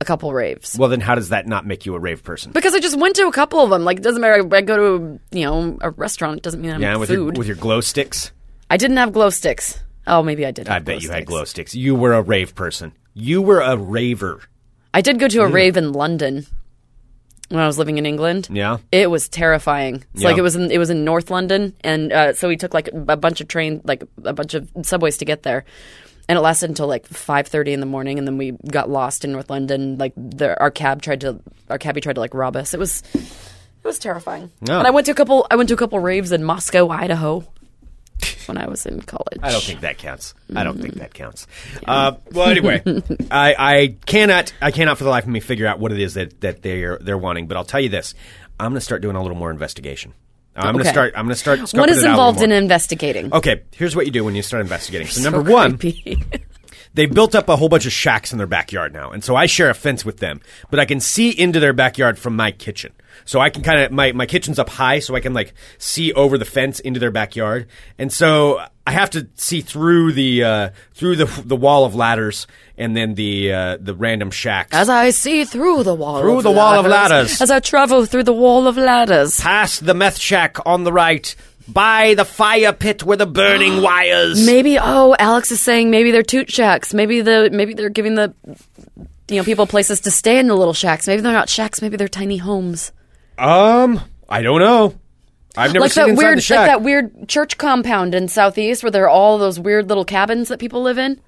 [SPEAKER 7] a couple raves
[SPEAKER 6] well, then how does that not make you a rave person?
[SPEAKER 7] because I just went to a couple of them. Like it doesn't matter. I go to you know a restaurant. It doesn't mean I'm
[SPEAKER 6] yeah, with your
[SPEAKER 7] food.
[SPEAKER 6] with your glow sticks.
[SPEAKER 7] I didn't have glow sticks. Oh, maybe I did.
[SPEAKER 6] I
[SPEAKER 7] have
[SPEAKER 6] bet you had
[SPEAKER 7] sticks.
[SPEAKER 6] glow sticks. You were a rave person. You were a raver.
[SPEAKER 7] I did go to
[SPEAKER 6] Mm.
[SPEAKER 7] a rave in London when I was living in England.
[SPEAKER 6] Yeah.
[SPEAKER 7] It was terrifying. It's
[SPEAKER 6] Yeah.
[SPEAKER 7] like it was in it was in North London, and uh, so we took like a bunch of train, like a bunch of subways to get there, and it lasted until like five thirty in the morning, and then we got lost in North London. Like the, our cab tried to our cabbie tried to like rob us. It was it was terrifying.
[SPEAKER 6] Yeah.
[SPEAKER 7] And I went to a couple I went to a couple raves in Moscow, Idaho, when I was in college.
[SPEAKER 6] I don't think that counts. I don't think that counts. Uh, well, anyway, I, I cannot, I cannot for the life of me figure out what it is that, that they're they're wanting. But I'll tell you this: I'm going to start doing a little more investigation. I'm going
[SPEAKER 7] Okay.
[SPEAKER 6] to start. I'm going to start.
[SPEAKER 7] What
[SPEAKER 6] scoping
[SPEAKER 7] is
[SPEAKER 6] it out a
[SPEAKER 7] involved in
[SPEAKER 6] little more.
[SPEAKER 7] investigating?
[SPEAKER 6] Okay, here's what you do when you start investigating. So,
[SPEAKER 7] So
[SPEAKER 6] number one,
[SPEAKER 7] creepy.
[SPEAKER 6] they've built up a whole bunch of shacks in their backyard now, and so I share a fence with them, but I can see into their backyard from my kitchen. So I can kind of my my kitchen's up high, so I can like see over the fence into their backyard, and so I have to see through the uh, through the the wall of ladders and then the uh, the random shacks
[SPEAKER 7] As I see through the wall
[SPEAKER 6] Through
[SPEAKER 7] of
[SPEAKER 6] the wall of ladders.
[SPEAKER 7] As I travel through the wall of ladders.
[SPEAKER 6] past the meth shack on the right. By the fire pit where the burning wires.
[SPEAKER 7] Maybe oh, Alex is saying maybe they're toot shacks. Maybe the maybe they're giving the you know people places to stay in the little shacks. Maybe they're not shacks. Maybe they're tiny homes.
[SPEAKER 6] Um, I don't know. I've never
[SPEAKER 7] Like
[SPEAKER 6] seen
[SPEAKER 7] that
[SPEAKER 6] inside
[SPEAKER 7] weird
[SPEAKER 6] the shack.
[SPEAKER 7] like that weird church compound in Southeast where there are all those weird little cabins that people live in.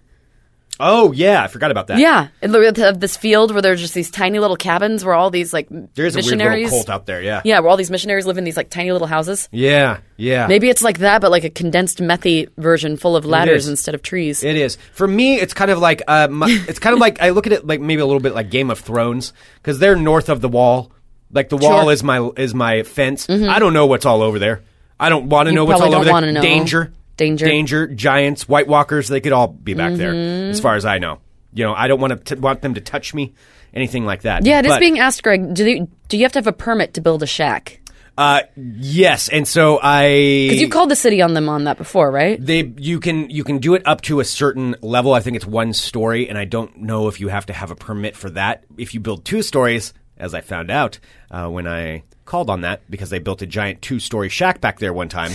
[SPEAKER 6] Oh yeah, I forgot about that.
[SPEAKER 7] Yeah, and look, they have this field where there's just these tiny little cabins where all these like
[SPEAKER 6] there is a weird
[SPEAKER 7] missionaries.
[SPEAKER 6] little cult out there. Yeah,
[SPEAKER 7] yeah, where all these missionaries live in these like tiny little houses.
[SPEAKER 6] yeah, yeah.
[SPEAKER 7] Maybe it's like that, but like a condensed methy version, full of
[SPEAKER 6] is.
[SPEAKER 7] ladders instead of trees.
[SPEAKER 6] It is for me. It's kind of like uh, my, it's kind of like I look at it like maybe a little bit like Game of Thrones because they're north of the wall. Like the wall
[SPEAKER 7] Sure. Mm-hmm.
[SPEAKER 6] is my is my fence. I don't know what's all over there. I don't want to
[SPEAKER 7] You
[SPEAKER 6] know what's all
[SPEAKER 7] probably
[SPEAKER 6] over
[SPEAKER 7] don't wanna
[SPEAKER 6] there.
[SPEAKER 7] know.
[SPEAKER 6] Danger,
[SPEAKER 7] Danger.
[SPEAKER 6] danger, giants, White Walkers. They could all be back
[SPEAKER 7] Mm-hmm.
[SPEAKER 6] there, as far as I know. You know, I don't want to want them to touch me, anything like that.
[SPEAKER 7] yeah, it is
[SPEAKER 6] But-
[SPEAKER 7] being asked, Greg. Do they, do you have to have a permit to build a shack?
[SPEAKER 6] Uh, yes, and so I
[SPEAKER 7] Because you called the city on them on that before, right?
[SPEAKER 6] They you can you can do it up to a certain level. I think it's one story, and I don't know if you have to have a permit for that. If you build two stories, as I found out uh, when I called on that, because they built a giant two story shack back there one time.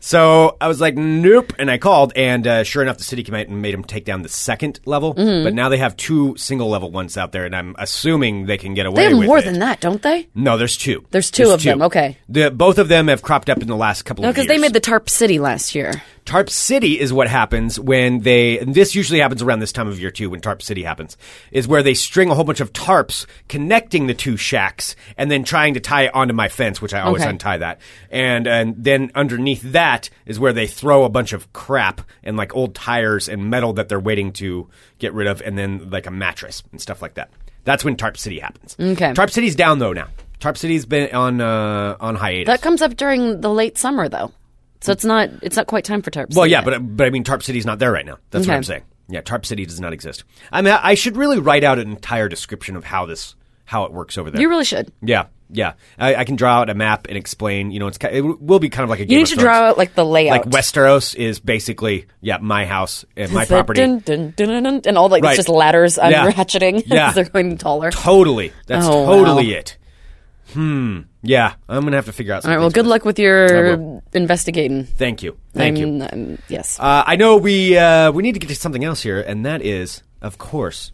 [SPEAKER 6] So I was like, nope, and I called, and uh, sure enough, the city came out and made them take down the second level.
[SPEAKER 7] Mm-hmm.
[SPEAKER 6] But now they have two single level ones out there, and I'm assuming they can get away.
[SPEAKER 7] They have
[SPEAKER 6] with
[SPEAKER 7] more
[SPEAKER 6] it.
[SPEAKER 7] than that, don't they?
[SPEAKER 6] No, there's two.
[SPEAKER 7] There's two of them, okay.
[SPEAKER 6] the, both of them have cropped up in the last couple
[SPEAKER 7] No,
[SPEAKER 6] of years.
[SPEAKER 7] because they made the tarp city last year.
[SPEAKER 6] Tarp City is what happens when they, and this usually happens around this time of year too, when Tarp City happens, is where they string a whole bunch of tarps connecting the two shacks and then trying to tie it onto my fence, which I always
[SPEAKER 7] Okay.
[SPEAKER 6] untie that. And, and then underneath that is where they throw a bunch of crap and like old tires and metal that they're waiting to get rid of and then like a mattress and stuff like that. That's when Tarp City happens.
[SPEAKER 7] Okay.
[SPEAKER 6] Tarp City's down though now. Tarp City's been on, uh, on hiatus.
[SPEAKER 7] That comes up during the late summer, though, so it's not it's not quite time for tarp.
[SPEAKER 6] Well,
[SPEAKER 7] city
[SPEAKER 6] yeah,
[SPEAKER 7] yet.
[SPEAKER 6] but but I mean, Tarp City's not there right now. That's what
[SPEAKER 7] Okay.
[SPEAKER 6] I'm saying. Yeah, Tarp City does not exist. I mean, I should really write out an entire description of how this how it works over there.
[SPEAKER 7] you really should.
[SPEAKER 6] yeah, yeah. I, I can draw out a map and explain. You know, it's ki- it will be kind of like a.
[SPEAKER 7] You need to draw out like the layout,
[SPEAKER 6] Like Westeros is basically yeah my house and my
[SPEAKER 7] It's like
[SPEAKER 6] property.
[SPEAKER 7] dun, dun, dun, dun, dun, and all like
[SPEAKER 6] Right.
[SPEAKER 7] it's just ladders
[SPEAKER 6] Yeah.
[SPEAKER 7] unratcheting
[SPEAKER 6] Yeah.
[SPEAKER 7] as they're going taller.
[SPEAKER 6] Totally, that's
[SPEAKER 7] Oh,
[SPEAKER 6] totally
[SPEAKER 7] wow.
[SPEAKER 6] it. Hmm. Yeah, I'm gonna have to figure out.
[SPEAKER 7] All
[SPEAKER 6] Something
[SPEAKER 7] right. Well,
[SPEAKER 6] to
[SPEAKER 7] good
[SPEAKER 6] do.
[SPEAKER 7] luck with
[SPEAKER 6] I
[SPEAKER 7] your investigating.
[SPEAKER 6] Thank you. Thank you.
[SPEAKER 7] I'm, I'm- yes.
[SPEAKER 6] Uh, I know we uh, we need to get to something else here, and that is, of course,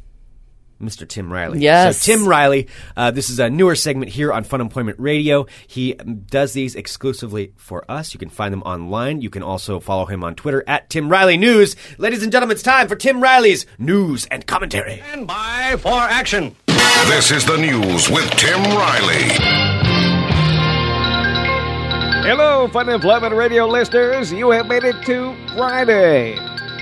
[SPEAKER 6] Mr. Tim Riley.
[SPEAKER 7] Yes.
[SPEAKER 6] So Tim Riley, uh, this is a newer segment here on Fun Employment Radio. He um, does these exclusively for us. You can find them online. You can also follow him on Twitter at Tim Riley News. Ladies and gentlemen, it's time for Tim Riley's news and commentary.
[SPEAKER 5] Stand by for action.
[SPEAKER 8] This is the news with Tim Riley.
[SPEAKER 5] Hello, Fun Employment Radio listeners. You have made it to Friday.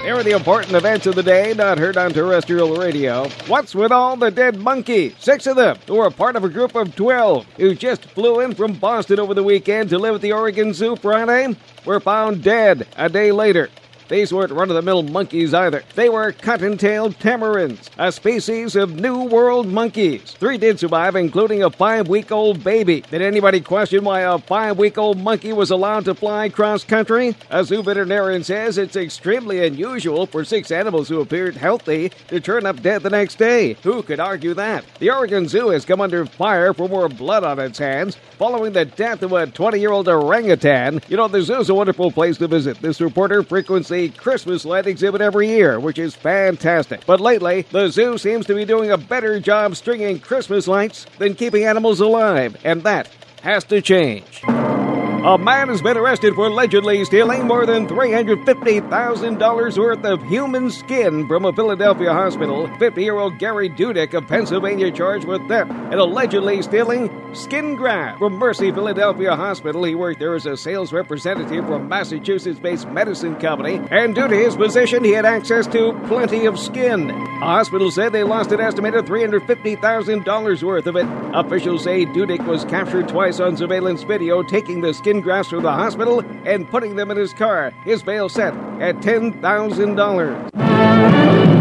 [SPEAKER 5] Here are the important events of the day not heard on terrestrial radio. What's with all the dead monkeys? Six of them who are part of a group of 12 who just flew in from Boston over the weekend to live at the Oregon Zoo Friday were found dead a day later. These weren't run of the mill monkeys either. They were cotton-tailed tamarins, a species of New World monkeys. Three did survive, including a five-week-old baby. Did anybody question why a five-week-old monkey was allowed to fly cross-country? A zoo veterinarian says it's extremely unusual for six animals who appeared healthy to turn up dead the next day. Who could argue that? The Oregon Zoo has come under fire for more blood on its hands following the death of a 20-year-old orangutan. You know, the zoo's a wonderful place to visit. This reporter frequents the Christmas light exhibit every year, which is fantastic. But lately, the zoo seems to be doing a better job stringing Christmas lights than keeping animals alive, and that has to change. A man has been arrested for allegedly stealing more than $350,000 worth of human skin from a Philadelphia hospital. 50 year old Gary Dudick of Pennsylvania charged with theft and allegedly stealing skin graft from Mercy Philadelphia Hospital. He worked there as a sales representative for a Massachusetts based medicine company, and due to his position, he had access to plenty of skin. A hospital said they lost an estimated $350,000 worth of it. Officials say Dudick was captured twice on surveillance video, taking the skin grafts from the hospital and putting them in his car. His bail set at $10,000.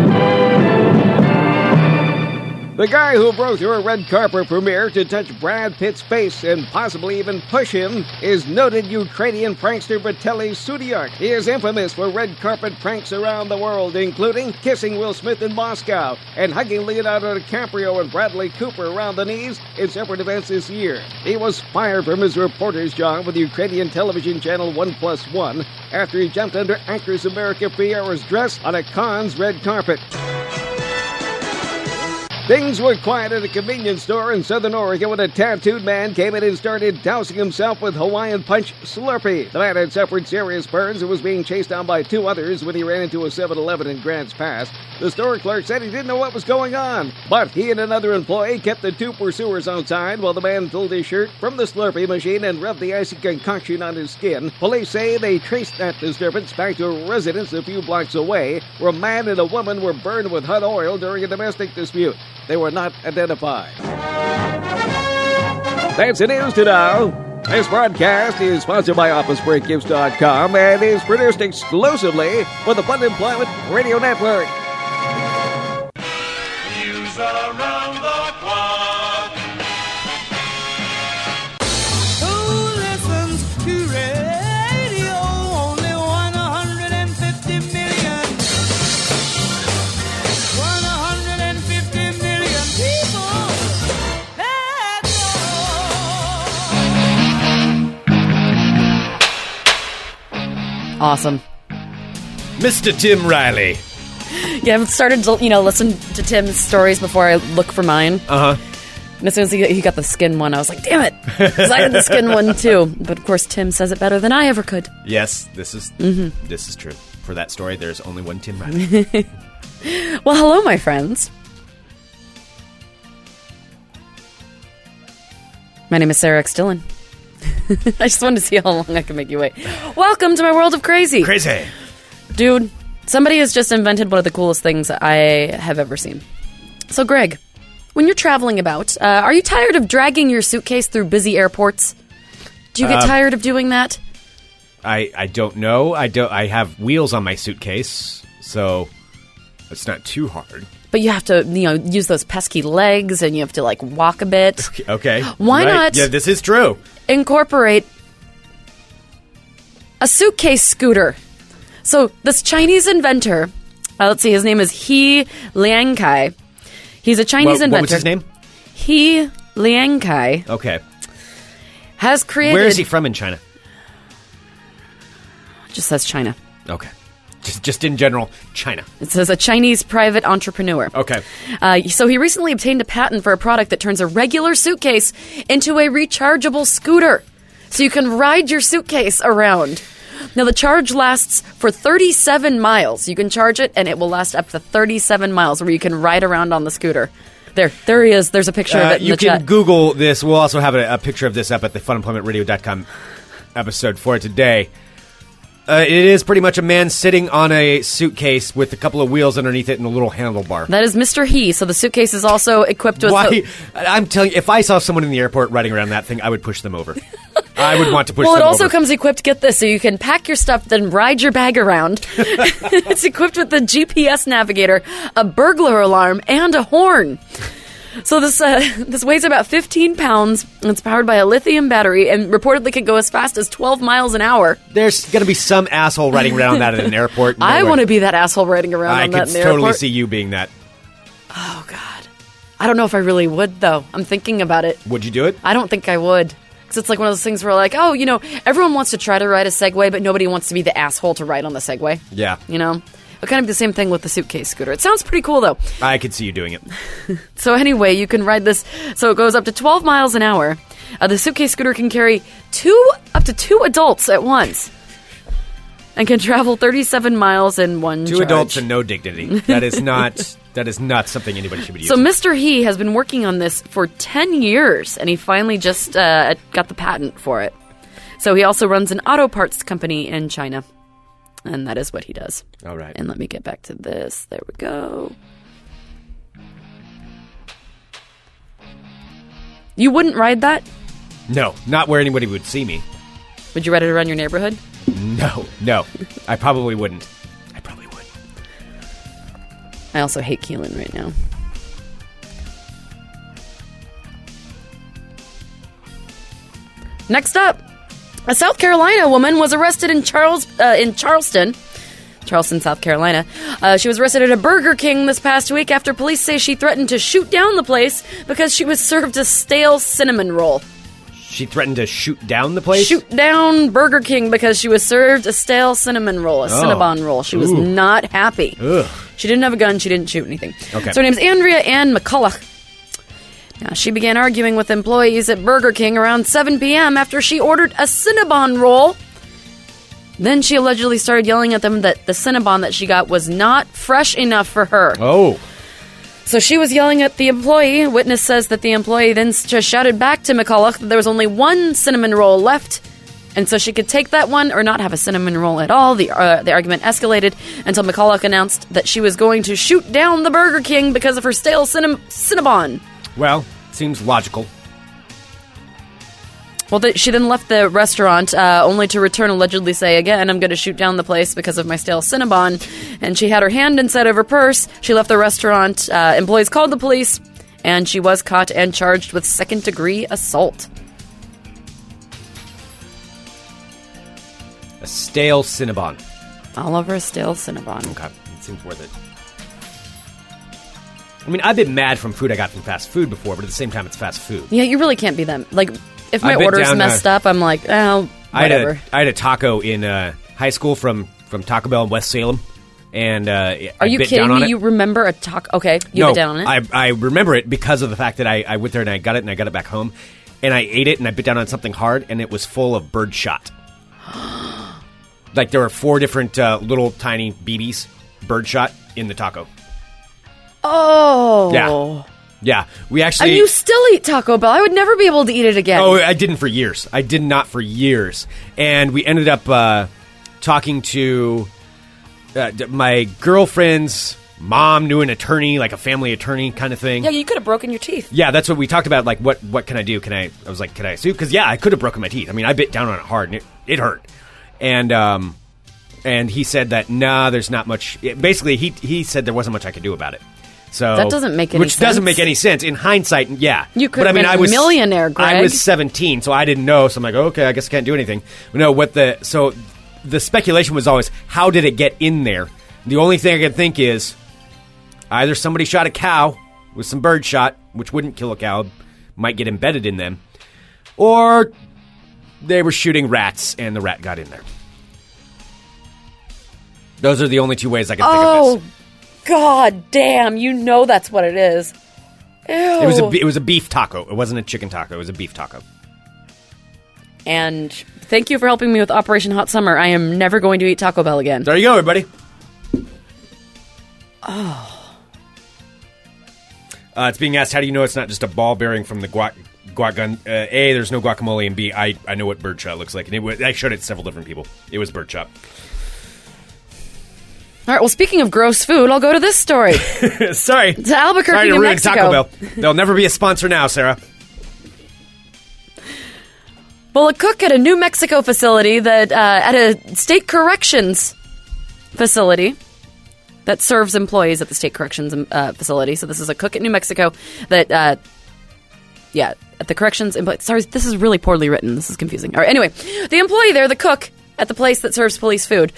[SPEAKER 5] The guy who broke through a red carpet premiere to touch Brad Pitt's face and possibly even push him is noted Ukrainian prankster Vitaly Sudiak. He is infamous for red carpet pranks around the world, including kissing Will Smith in Moscow and hugging Leonardo DiCaprio and Bradley Cooper around the knees in separate events this year. He was fired from his reporter's job with Ukrainian television channel One Plus One after he jumped under actress America Ferrera's dress on a Cannes red carpet. Things were quiet at a convenience store in southern Oregon when a tattooed man came in and started dousing himself with Hawaiian Punch Slurpee. The man had suffered serious burns and was being chased down by two others when he ran into a 7 Eleven in Grants Pass. The store clerk said he didn't know what was going on, but he and another employee kept the two pursuers outside while the man pulled his shirt from the Slurpee machine and rubbed the icy concoction on his skin. Police say they traced that disturbance back to a residence a few blocks away where a man and a woman were burned with hot oil during a domestic dispute. They were not identified. That's the news to know. This broadcast is sponsored by OfficeBreakGifts.com and is produced exclusively for the Fun Employment Radio Network.
[SPEAKER 9] News around the clock. Who listens to radio? Only 150 million. 150 million people. That's all.
[SPEAKER 7] Awesome.
[SPEAKER 6] Mr. Tim Riley.
[SPEAKER 7] Yeah, I've started to you know listen to Tim's stories before I look for mine.
[SPEAKER 6] Uh huh.
[SPEAKER 7] And as soon as he, he got the skin one, I was like, "Damn it!" 'Cause I had the skin one too. But of course, Tim says it better than I ever could.
[SPEAKER 6] Yes, this is
[SPEAKER 7] Mm-hmm.
[SPEAKER 6] this is true. For that story, there's only one Tim Riley.
[SPEAKER 7] Well, hello, my friends. My name is Sarah X. Dillon. I just wanted to see how long I can make you wait. Welcome to my world of crazy.
[SPEAKER 6] Crazy.
[SPEAKER 7] Dude, somebody has just invented one of the coolest things I have ever seen. So, Greg, when you're traveling about, uh, are you tired of dragging your suitcase through busy airports? Do you
[SPEAKER 6] Um,
[SPEAKER 7] get tired of doing that?
[SPEAKER 6] I I don't know. I don't. I have wheels on my suitcase, so it's not too hard.
[SPEAKER 7] But you have to, you know, use those pesky legs and you have to, like, walk a bit.
[SPEAKER 6] Okay.
[SPEAKER 7] Why not?
[SPEAKER 6] Yeah, this is true.
[SPEAKER 7] incorporate a suitcase scooter. So this Chinese inventor, uh, let's see, his name is He Liangkai. He's a
[SPEAKER 6] What,
[SPEAKER 7] Chinese
[SPEAKER 6] what
[SPEAKER 7] inventor.
[SPEAKER 6] was his name?
[SPEAKER 7] He Liangkai
[SPEAKER 6] Okay.
[SPEAKER 7] has created.
[SPEAKER 6] Where is he from in China?
[SPEAKER 7] Just says China.
[SPEAKER 6] Okay. Just just in general, China.
[SPEAKER 7] It says a Chinese private entrepreneur.
[SPEAKER 6] Okay.
[SPEAKER 7] Uh, so he recently obtained a patent for a product that turns a regular suitcase into a rechargeable scooter. So you can ride your suitcase around. Now, the charge lasts for 37 miles. You can charge it, and it will last up to 37 miles where you can ride around on the scooter. There, there he is. There's a picture of
[SPEAKER 6] Uh,
[SPEAKER 7] it in
[SPEAKER 6] you
[SPEAKER 7] the
[SPEAKER 6] can
[SPEAKER 7] chat.
[SPEAKER 6] Google this. We'll also have a, a picture of this up at the funemploymentradio.com episode for today. Uh, it is pretty much a man sitting on a suitcase with a couple of wheels underneath it and a little handlebar.
[SPEAKER 7] that is Mr. He. So the suitcase is also equipped with.
[SPEAKER 6] Why? I'm telling you, if I saw someone in the airport riding around that thing, I would push them over. I would want to push
[SPEAKER 7] well, it
[SPEAKER 6] them
[SPEAKER 7] also
[SPEAKER 6] over.
[SPEAKER 7] comes equipped. Get this, so you can pack your stuff, then ride your bag around. it's equipped with a GPS navigator, a burglar alarm, and a horn. So this uh, this weighs about 15 pounds. and It's powered by a lithium battery and reportedly can go as fast as 12 miles an hour.
[SPEAKER 6] There's going to be some asshole riding around that at an airport. No
[SPEAKER 7] I
[SPEAKER 6] way.
[SPEAKER 7] want to be that asshole riding around
[SPEAKER 6] I
[SPEAKER 7] on
[SPEAKER 6] could
[SPEAKER 7] that in the
[SPEAKER 6] totally
[SPEAKER 7] airport.
[SPEAKER 6] see you being that.
[SPEAKER 7] Oh God, I don't know if I really would though. I'm thinking about it.
[SPEAKER 6] Would you do it?
[SPEAKER 7] I don't think I would. Because it's like one of those things where, like, oh, you know, everyone wants to try to ride a Segway, but nobody wants to be the asshole to ride on the Segway.
[SPEAKER 6] Yeah.
[SPEAKER 7] You know? It kind of be the same thing with the suitcase scooter. It sounds pretty cool, though.
[SPEAKER 6] I could see you doing it.
[SPEAKER 7] So, anyway, you can ride this. So, it goes up to 12 miles an hour. Uh, the suitcase scooter can carry two, up to two adults at once. And can travel 37 miles in one
[SPEAKER 6] Two
[SPEAKER 7] charge.
[SPEAKER 6] adults and no dignity. That is not. that is not something anybody should be
[SPEAKER 7] So
[SPEAKER 6] using.
[SPEAKER 7] Mr. He has been working on this for 10 years, and he finally just uh, got the patent for it. So he also runs an auto parts company in China, and that is what he does.
[SPEAKER 6] All right.
[SPEAKER 7] And let me get back to this. There we go. You wouldn't ride that?
[SPEAKER 6] No, not where anybody would see me.
[SPEAKER 7] Would you ride it around your neighborhood?
[SPEAKER 6] No, no, I probably wouldn't. I probably would.
[SPEAKER 7] I also hate Keelan right now. Next up, a South Carolina woman was arrested in Charles uh, in Charleston, Charleston, South Carolina. Uh, she was arrested at a Burger King this past week after police say she threatened to shoot down the place because she was served a stale cinnamon roll.
[SPEAKER 6] She threatened to shoot down the place.
[SPEAKER 7] Shoot down Burger King because she was served a stale cinnamon roll, a cinnamon roll. She was
[SPEAKER 6] Oh. Ooh.
[SPEAKER 7] not happy.
[SPEAKER 6] Ugh.
[SPEAKER 7] She didn't have a gun. She didn't shoot anything.
[SPEAKER 6] Okay.
[SPEAKER 7] So her name's Andrea Ann McCulloch. Now, she began arguing with employees at Burger King around 7 p.m. after she ordered a Cinnabon roll. Then she allegedly started yelling at them that the Cinnabon that she got was not fresh enough for her.
[SPEAKER 6] Oh,
[SPEAKER 7] So she was yelling at the employee. Witness says that the employee then s- just shouted back to McCulloch that there was only one cinnamon roll left, and so she could take that one or not have a cinnamon roll at all. The uh, the argument escalated until McCulloch announced that she was going to shoot down the Burger King because of her stale cinnam- Cinnabon.
[SPEAKER 6] well, seems logical.
[SPEAKER 7] Well, th- she then left the restaurant uh, only to return allegedly say again, "I'm going to shoot down the place because of my stale Cinnabon." And she had her hand inside of her purse. She left the restaurant. Uh, employees called the police, and she was caught and charged with second degree assault.
[SPEAKER 6] A stale Cinnabon.
[SPEAKER 7] All over a stale Cinnabon.
[SPEAKER 6] Okay, it seems worth it. I mean, I've been mad from food I got from fast food before, but at the same time, it's fast food.
[SPEAKER 7] Yeah, you really can't be them. Like, if my
[SPEAKER 6] I've been
[SPEAKER 7] order's
[SPEAKER 6] down to-
[SPEAKER 7] messed up, I'm like, oh,
[SPEAKER 6] I had,
[SPEAKER 7] whatever.
[SPEAKER 6] a, I had a taco in uh, high school from, from Taco Bell in West Salem, and uh, I
[SPEAKER 7] Are you
[SPEAKER 6] bit
[SPEAKER 7] kidding
[SPEAKER 6] down on
[SPEAKER 7] me?
[SPEAKER 6] it.
[SPEAKER 7] You remember a taco? Okay, you
[SPEAKER 6] no,
[SPEAKER 7] bit down on it.
[SPEAKER 6] I, I remember it because of the fact that I, I went there and I got it and I got it back home, and I ate it and I bit down on something hard and it was full of bird shot. like there were four different uh, little tiny BBs, bird shot in the taco.
[SPEAKER 7] oh,
[SPEAKER 6] Yeah. Yeah, we actually.
[SPEAKER 7] And you still eat Taco Bell? I would never be able to eat it again.
[SPEAKER 6] Oh, I didn't for years. I did not for years, and we ended up uh, talking to uh, d- my girlfriend's mom knew an attorney, like a family attorney kind of thing.
[SPEAKER 7] yeah, you could have broken your teeth.
[SPEAKER 6] Yeah, that's what we talked about. Like, what what can I do? Can I? I was like, can I sue? Because yeah, I could have broken my teeth. I mean, I bit down on it hard, and it, it hurt. And um, and he said that nah, there's not much. it- basically, he he said there wasn't much I could do about it. So
[SPEAKER 7] That doesn't make any
[SPEAKER 6] which doesn't
[SPEAKER 7] sense.
[SPEAKER 6] make any sense in hindsight. Yeah,
[SPEAKER 7] You could
[SPEAKER 6] But I
[SPEAKER 7] have
[SPEAKER 6] mean,
[SPEAKER 7] been
[SPEAKER 6] I
[SPEAKER 7] a
[SPEAKER 6] was
[SPEAKER 7] millionaire,
[SPEAKER 6] I
[SPEAKER 7] Greg.
[SPEAKER 6] was 17, so I didn't know. So I'm like, okay, I guess I can't do anything. No, what the so the speculation was always how did it get in there? The only thing I can think is either somebody shot a cow with some bird shot, which wouldn't kill a cow, might get embedded in them, or they were shooting rats and the rat got in there. Those are the only two ways I can think
[SPEAKER 7] Oh,
[SPEAKER 6] of
[SPEAKER 7] god damn! You know that's what it is. Ew.
[SPEAKER 6] this. It was a be- it was a beef taco. It wasn't a chicken taco. It was a beef taco.
[SPEAKER 7] and thank you for helping me with Operation Hot Summer. I am never going to eat Taco Bell again.
[SPEAKER 6] There you go, everybody. Oh. Uh, it's being asked, how do you know it's not just a ball bearing from the guac, guac gun? Uh, a, there's no guacamole, and B, I, I know what birdshot looks like. And it was, I showed it to several different people. It was birdshot.
[SPEAKER 7] All right. Well, speaking of gross food, I'll go to this story to
[SPEAKER 6] Sorry.
[SPEAKER 7] Albuquerque,
[SPEAKER 6] Sorry to
[SPEAKER 7] New
[SPEAKER 6] ruin
[SPEAKER 7] Mexico.
[SPEAKER 6] Taco Bell. They'll never be a sponsor now, Sarah.
[SPEAKER 7] Well, a cook at a New Mexico facility that uh, at a state corrections facility that serves employees at the state corrections um, uh, facility. So this is a cook at New Mexico that, uh, yeah, at the corrections. Employee. Sorry, this is really poorly written. This is confusing. All right, anyway, the employee there, the cook at the place that serves police food,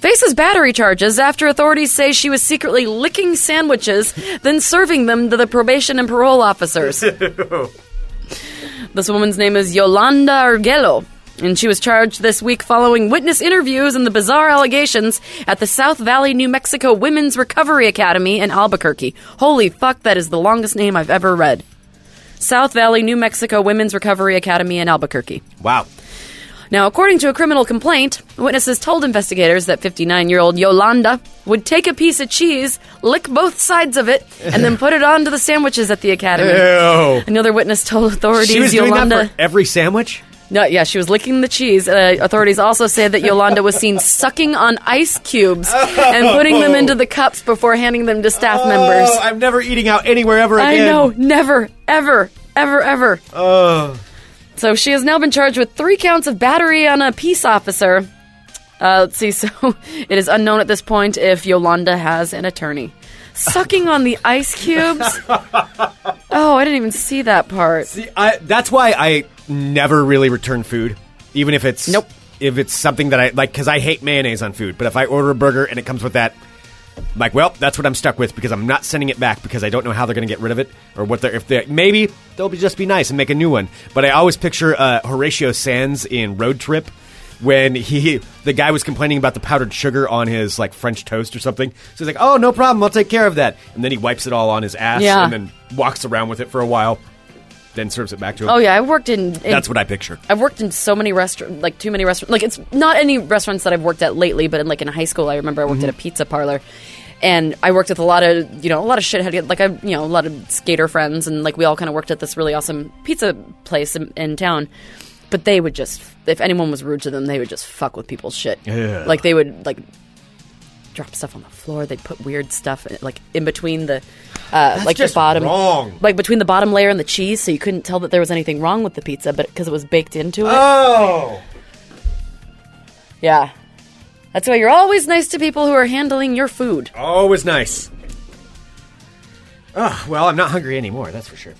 [SPEAKER 7] faces battery charges after authorities say she was secretly licking sandwiches, then serving them to the probation and parole officers. This woman's name is Yolanda Argelo, and she was charged this week following witness interviews and the bizarre allegations at the South Valley, New Mexico Women's Recovery Academy in Albuquerque. Holy fuck, that is the longest name I've ever read. South Valley, New Mexico Women's Recovery Academy in Albuquerque.
[SPEAKER 6] Wow.
[SPEAKER 7] Now, according to a criminal complaint, witnesses told investigators that 59 year old Yolanda would take a piece of cheese, lick both sides of it, and then put it onto the sandwiches at the academy.
[SPEAKER 6] Ew.
[SPEAKER 7] Another witness told authorities
[SPEAKER 6] She was doing
[SPEAKER 7] Yolanda.
[SPEAKER 6] that for every sandwich?
[SPEAKER 7] No, yeah, she was licking the cheese. Uh, authorities also say that Yolanda was seen sucking on ice cubes and putting them into the cups before handing them to staff members.
[SPEAKER 6] Oh, I'm never eating out anywhere ever
[SPEAKER 7] I
[SPEAKER 6] again.
[SPEAKER 7] know, never, ever, ever, ever. Oh. So she has now been charged with three counts of battery on a peace officer. Uh, let's see. So it is unknown at this point if Yolanda has an attorney. Sucking on the ice cubes. oh, I didn't even see that part.
[SPEAKER 6] See, I, that's why I never really return food, even if it's
[SPEAKER 7] Nope.
[SPEAKER 6] If it's something that I like, because I hate mayonnaise on food. But if I order a burger and it comes with that, like, well, that's what I'm stuck with because I'm not sending it back because I don't know how they're going to get rid of it or what they're if they maybe they'll be just be nice and make a new one. But I always picture uh, Horatio Sands in Road Trip. when he the guy was complaining about the powdered sugar on his like French toast or something. So he's like, "Oh, no problem, I'll take care of that." And then he wipes it all on his ass
[SPEAKER 7] Yeah.
[SPEAKER 6] and then walks around with it for a while, then serves it back to him.
[SPEAKER 7] Oh yeah, I worked in. in
[SPEAKER 6] That's what I picture.
[SPEAKER 7] I've worked in so many restaurants, like too many restaurants. Like it's not any restaurants that I've worked at lately, but in like in high school, I remember I worked at
[SPEAKER 6] Mm-hmm.
[SPEAKER 7] a pizza parlor, and I worked with a lot of you know a lot of shithead like I you know a lot of skater friends, and like we all kind of worked at this really awesome pizza place in, in town. But they would just, if anyone was rude to them, they would just fuck with people's shit.
[SPEAKER 6] Yeah.
[SPEAKER 7] Like they would like drop stuff on the floor. They'd put weird stuff in, like in between the uh, like
[SPEAKER 6] just
[SPEAKER 7] the bottom
[SPEAKER 6] wrong.
[SPEAKER 7] like between the bottom layer and the cheese, so you couldn't tell that there was anything wrong with the pizza, but because it was baked into it.
[SPEAKER 6] Oh,
[SPEAKER 7] Yeah, that's why you're always nice to people who are handling your food.
[SPEAKER 6] always nice. Oh, well, I'm not hungry anymore. That's for sure.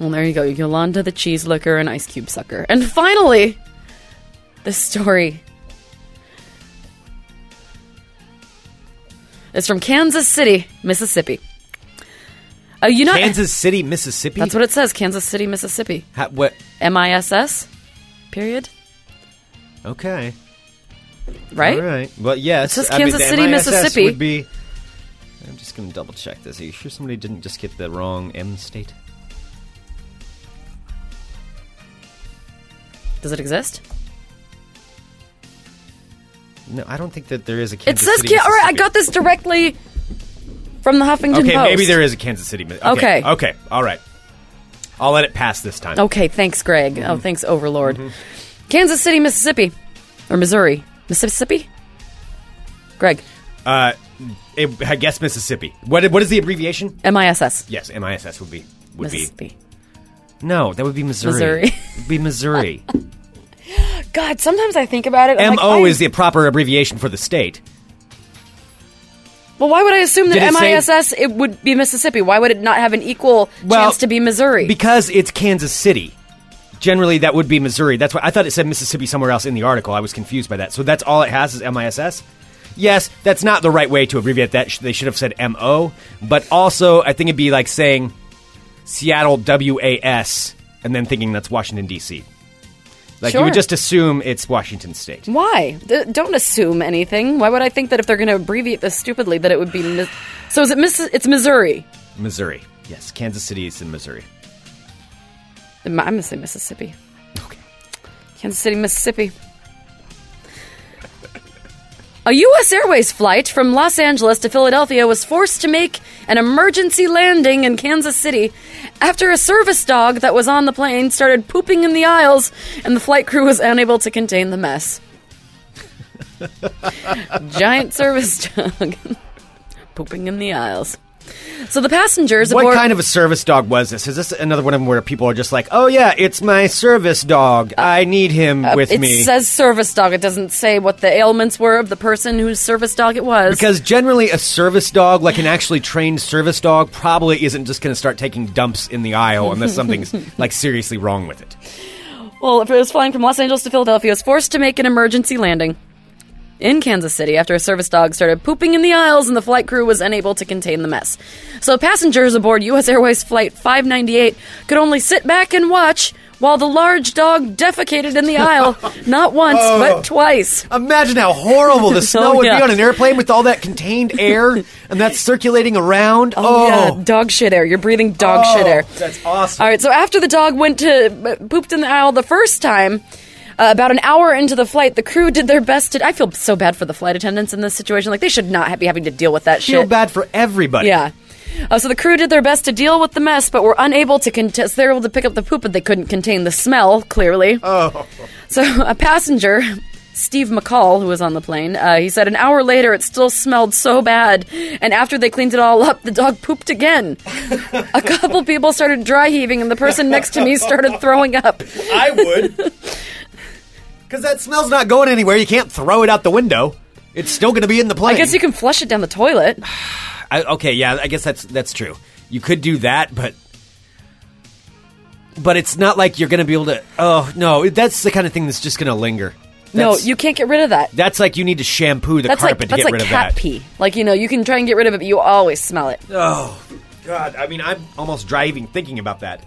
[SPEAKER 7] Well, there you go, Yolanda the cheese licker and ice cube sucker, and finally, the story. It's from Kansas City, Mississippi. A United.
[SPEAKER 6] Kansas City, Mississippi.
[SPEAKER 7] That's what it says, Kansas City, Mississippi.
[SPEAKER 6] Ha- what?
[SPEAKER 7] M I S S. Period.
[SPEAKER 6] Okay.
[SPEAKER 7] Right.
[SPEAKER 6] All right. Well, yes.
[SPEAKER 7] It says
[SPEAKER 6] I mean,
[SPEAKER 7] Kansas
[SPEAKER 6] the
[SPEAKER 7] City,
[SPEAKER 6] MISS
[SPEAKER 7] Mississippi.
[SPEAKER 6] Would be. I'm just going to double check this. Are you sure somebody didn't just get the wrong M state?
[SPEAKER 7] Does it exist?
[SPEAKER 6] No, I don't think that there is a
[SPEAKER 7] It
[SPEAKER 6] Kansas
[SPEAKER 7] says,
[SPEAKER 6] City.
[SPEAKER 7] Ki- all right, I
[SPEAKER 6] Mississippi.
[SPEAKER 7] got this directly from the Huffington
[SPEAKER 6] Okay,
[SPEAKER 7] Post.
[SPEAKER 6] maybe there is a Kansas City. Mi- Okay.
[SPEAKER 7] Okay.
[SPEAKER 6] Okay. All right. I'll let it pass this time.
[SPEAKER 7] Okay, thanks, Greg.
[SPEAKER 6] Mm-hmm.
[SPEAKER 7] Oh, thanks, Overlord. Kansas City, Mississippi. Or Missouri. Mississippi? Greg,
[SPEAKER 6] Uh, it, I guess Mississippi. What? What is the abbreviation?
[SPEAKER 7] M-I-S-S.
[SPEAKER 6] Yes, MISS would be would be.
[SPEAKER 7] Mississippi.
[SPEAKER 6] No, that would be Missouri.
[SPEAKER 7] Missouri.
[SPEAKER 6] It'd be Missouri.
[SPEAKER 7] God, sometimes I think about it. I'm
[SPEAKER 6] M
[SPEAKER 7] like,
[SPEAKER 6] O
[SPEAKER 7] I-
[SPEAKER 6] is the proper abbreviation for the state.
[SPEAKER 7] Well, why would I assume that
[SPEAKER 6] Did it say-
[SPEAKER 7] M-I-S-S, it would be Mississippi? Why would it not have an equal
[SPEAKER 6] Well,
[SPEAKER 7] chance to be Missouri?
[SPEAKER 6] Because it's Kansas City. Generally, that would be Missouri. That's why I thought it said Mississippi somewhere else in the article. I was confused by that. So that's all it has is MISS. Yes, that's not the right way to abbreviate that. Sh- They should have said MO. But also, I think it'd be like saying Seattle WAS and then thinking that's Washington, D.C. Like you
[SPEAKER 7] Sure.
[SPEAKER 6] would just assume it's Washington State.
[SPEAKER 7] Why? D- don't assume anything. Why would I think that if they're going to abbreviate this stupidly, that it would be... Mis- so is it Miss? It's Missouri.
[SPEAKER 6] Missouri. Yes, Kansas City is in Missouri.
[SPEAKER 7] I'm going to say Mississippi.
[SPEAKER 6] Okay.
[SPEAKER 7] Kansas City, Mississippi. A U.S. Airways flight from Los Angeles to Philadelphia was forced to make an emergency landing in Kansas City after a service dog that was on the plane started pooping in the aisles and the flight crew was unable to contain the mess. Giant service dog pooping in the aisles. So the passengers
[SPEAKER 6] What
[SPEAKER 7] aboard
[SPEAKER 6] kind of a service dog was this? Is this another one of them where people are just like, "Oh yeah, it's my service dog. I need him with
[SPEAKER 7] Uh, it
[SPEAKER 6] me."
[SPEAKER 7] says service dog. It doesn't say what the ailments were of the person whose service dog it was.
[SPEAKER 6] because generally, a service dog, like an actually trained service dog, probably isn't just going to start taking dumps in the aisle unless something's like seriously wrong with it.
[SPEAKER 7] well, if it was flying from Los Angeles to Philadelphia, it was forced to make an emergency landing in Kansas City after a service dog started pooping in the aisles and the flight crew was unable to contain the mess. So passengers aboard U.S. Airways Flight 598 could only sit back and watch while the large dog defecated in the aisle, not once
[SPEAKER 6] Oh.
[SPEAKER 7] but twice.
[SPEAKER 6] Imagine how horrible the snow would
[SPEAKER 7] Oh, yeah.
[SPEAKER 6] be on an airplane with all that contained air and that's circulating around.
[SPEAKER 7] Oh, yeah, dog shit air. You're breathing dog
[SPEAKER 6] Oh,
[SPEAKER 7] shit air.
[SPEAKER 6] that's awesome.
[SPEAKER 7] All right, so after the dog went to uh, pooped in the aisle the first time, uh, about an hour into the flight, the crew did their best to. I feel so bad for the flight attendants in this situation. Like they should not ha- be having to deal with that
[SPEAKER 6] feel
[SPEAKER 7] shit.
[SPEAKER 6] bad for everybody.
[SPEAKER 7] Yeah. Uh, so the crew did their best to deal with the mess, but were unable to contest. They were able to pick up the poop, but they couldn't contain the smell. Clearly. Oh. So a passenger. Steve McCall, who was on the plane, uh, he said an hour later it still smelled so bad, and after they cleaned it all up, the dog pooped again. a couple people started dry heaving, and the person next to me started throwing up.
[SPEAKER 6] I would. Because that smell's not going anywhere. You can't throw it out the window. It's still going to be in the plane.
[SPEAKER 7] I guess you can flush it down the toilet.
[SPEAKER 6] I, okay, yeah, I guess that's that's true. You could do that, but but it's not like you're going to be able to. Oh no, that's the kind of thing that's just going to linger.
[SPEAKER 7] no,
[SPEAKER 6] That's-
[SPEAKER 7] you can't get rid of that.
[SPEAKER 6] That's like you need to shampoo the
[SPEAKER 7] That's like
[SPEAKER 6] carpet to
[SPEAKER 7] that's
[SPEAKER 6] get
[SPEAKER 7] like
[SPEAKER 6] rid of
[SPEAKER 7] cat
[SPEAKER 6] that.
[SPEAKER 7] pee. Like you know, you can try and get rid of it, but you always smell it.
[SPEAKER 6] Oh God, I mean, I'm almost driving thinking about that.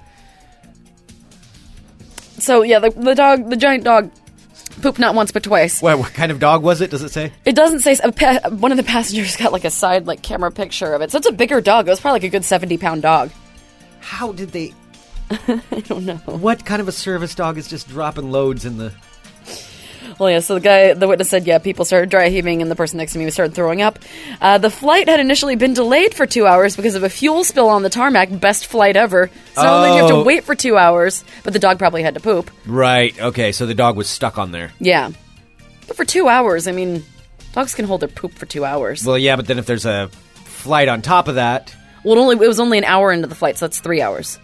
[SPEAKER 7] So yeah, the, the dog, the giant dog, pooped not once but twice.
[SPEAKER 6] What, what kind of dog was it? Does it say?
[SPEAKER 7] It doesn't say a pa- one of the passengers got like a side like camera picture of it, so it's a bigger dog. It was probably like a good seventy pound dog.
[SPEAKER 6] How did they?
[SPEAKER 7] I don't know.
[SPEAKER 6] What kind of a service dog is just dropping loads in the?
[SPEAKER 7] Well, yeah. So the guy, the witness said, yeah, people started dry heaving, and the person next to me started throwing up. Uh, the flight had initially been delayed for two hours because of a fuel spill on the tarmac. Best flight ever. So not only do you have
[SPEAKER 6] Oh.
[SPEAKER 7] to wait for two hours, but the dog probably had to poop.
[SPEAKER 6] Right. Okay. So the dog was stuck on there.
[SPEAKER 7] Yeah. But for two hours, I mean, dogs can hold their poop for two hours.
[SPEAKER 6] Well, yeah, but then if there's a flight on top of that,
[SPEAKER 7] Well, it only it was only an hour into the flight, so that's three hours.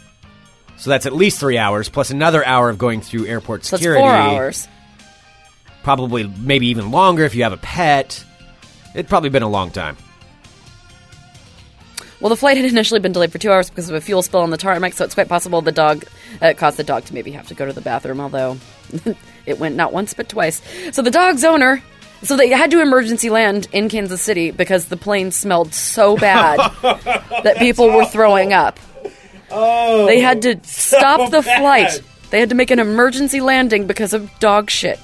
[SPEAKER 6] so that's at least three hours plus another hour of going through airport
[SPEAKER 7] So that's
[SPEAKER 6] security.
[SPEAKER 7] four hours.
[SPEAKER 6] Probably, maybe even longer if you have a pet. It'd probably been a long time.
[SPEAKER 7] Well, the flight had initially been delayed for two hours because of a fuel spill on the tarmac, so it's quite possible the dog uh, it caused the dog to maybe have to go to the bathroom. Although it went not once but twice. So the dog's owner, so they had to emergency land in Kansas City because the plane smelled so bad that people were throwing up. Oh, they had to stop the flight. They had to make an emergency landing because of dog shit.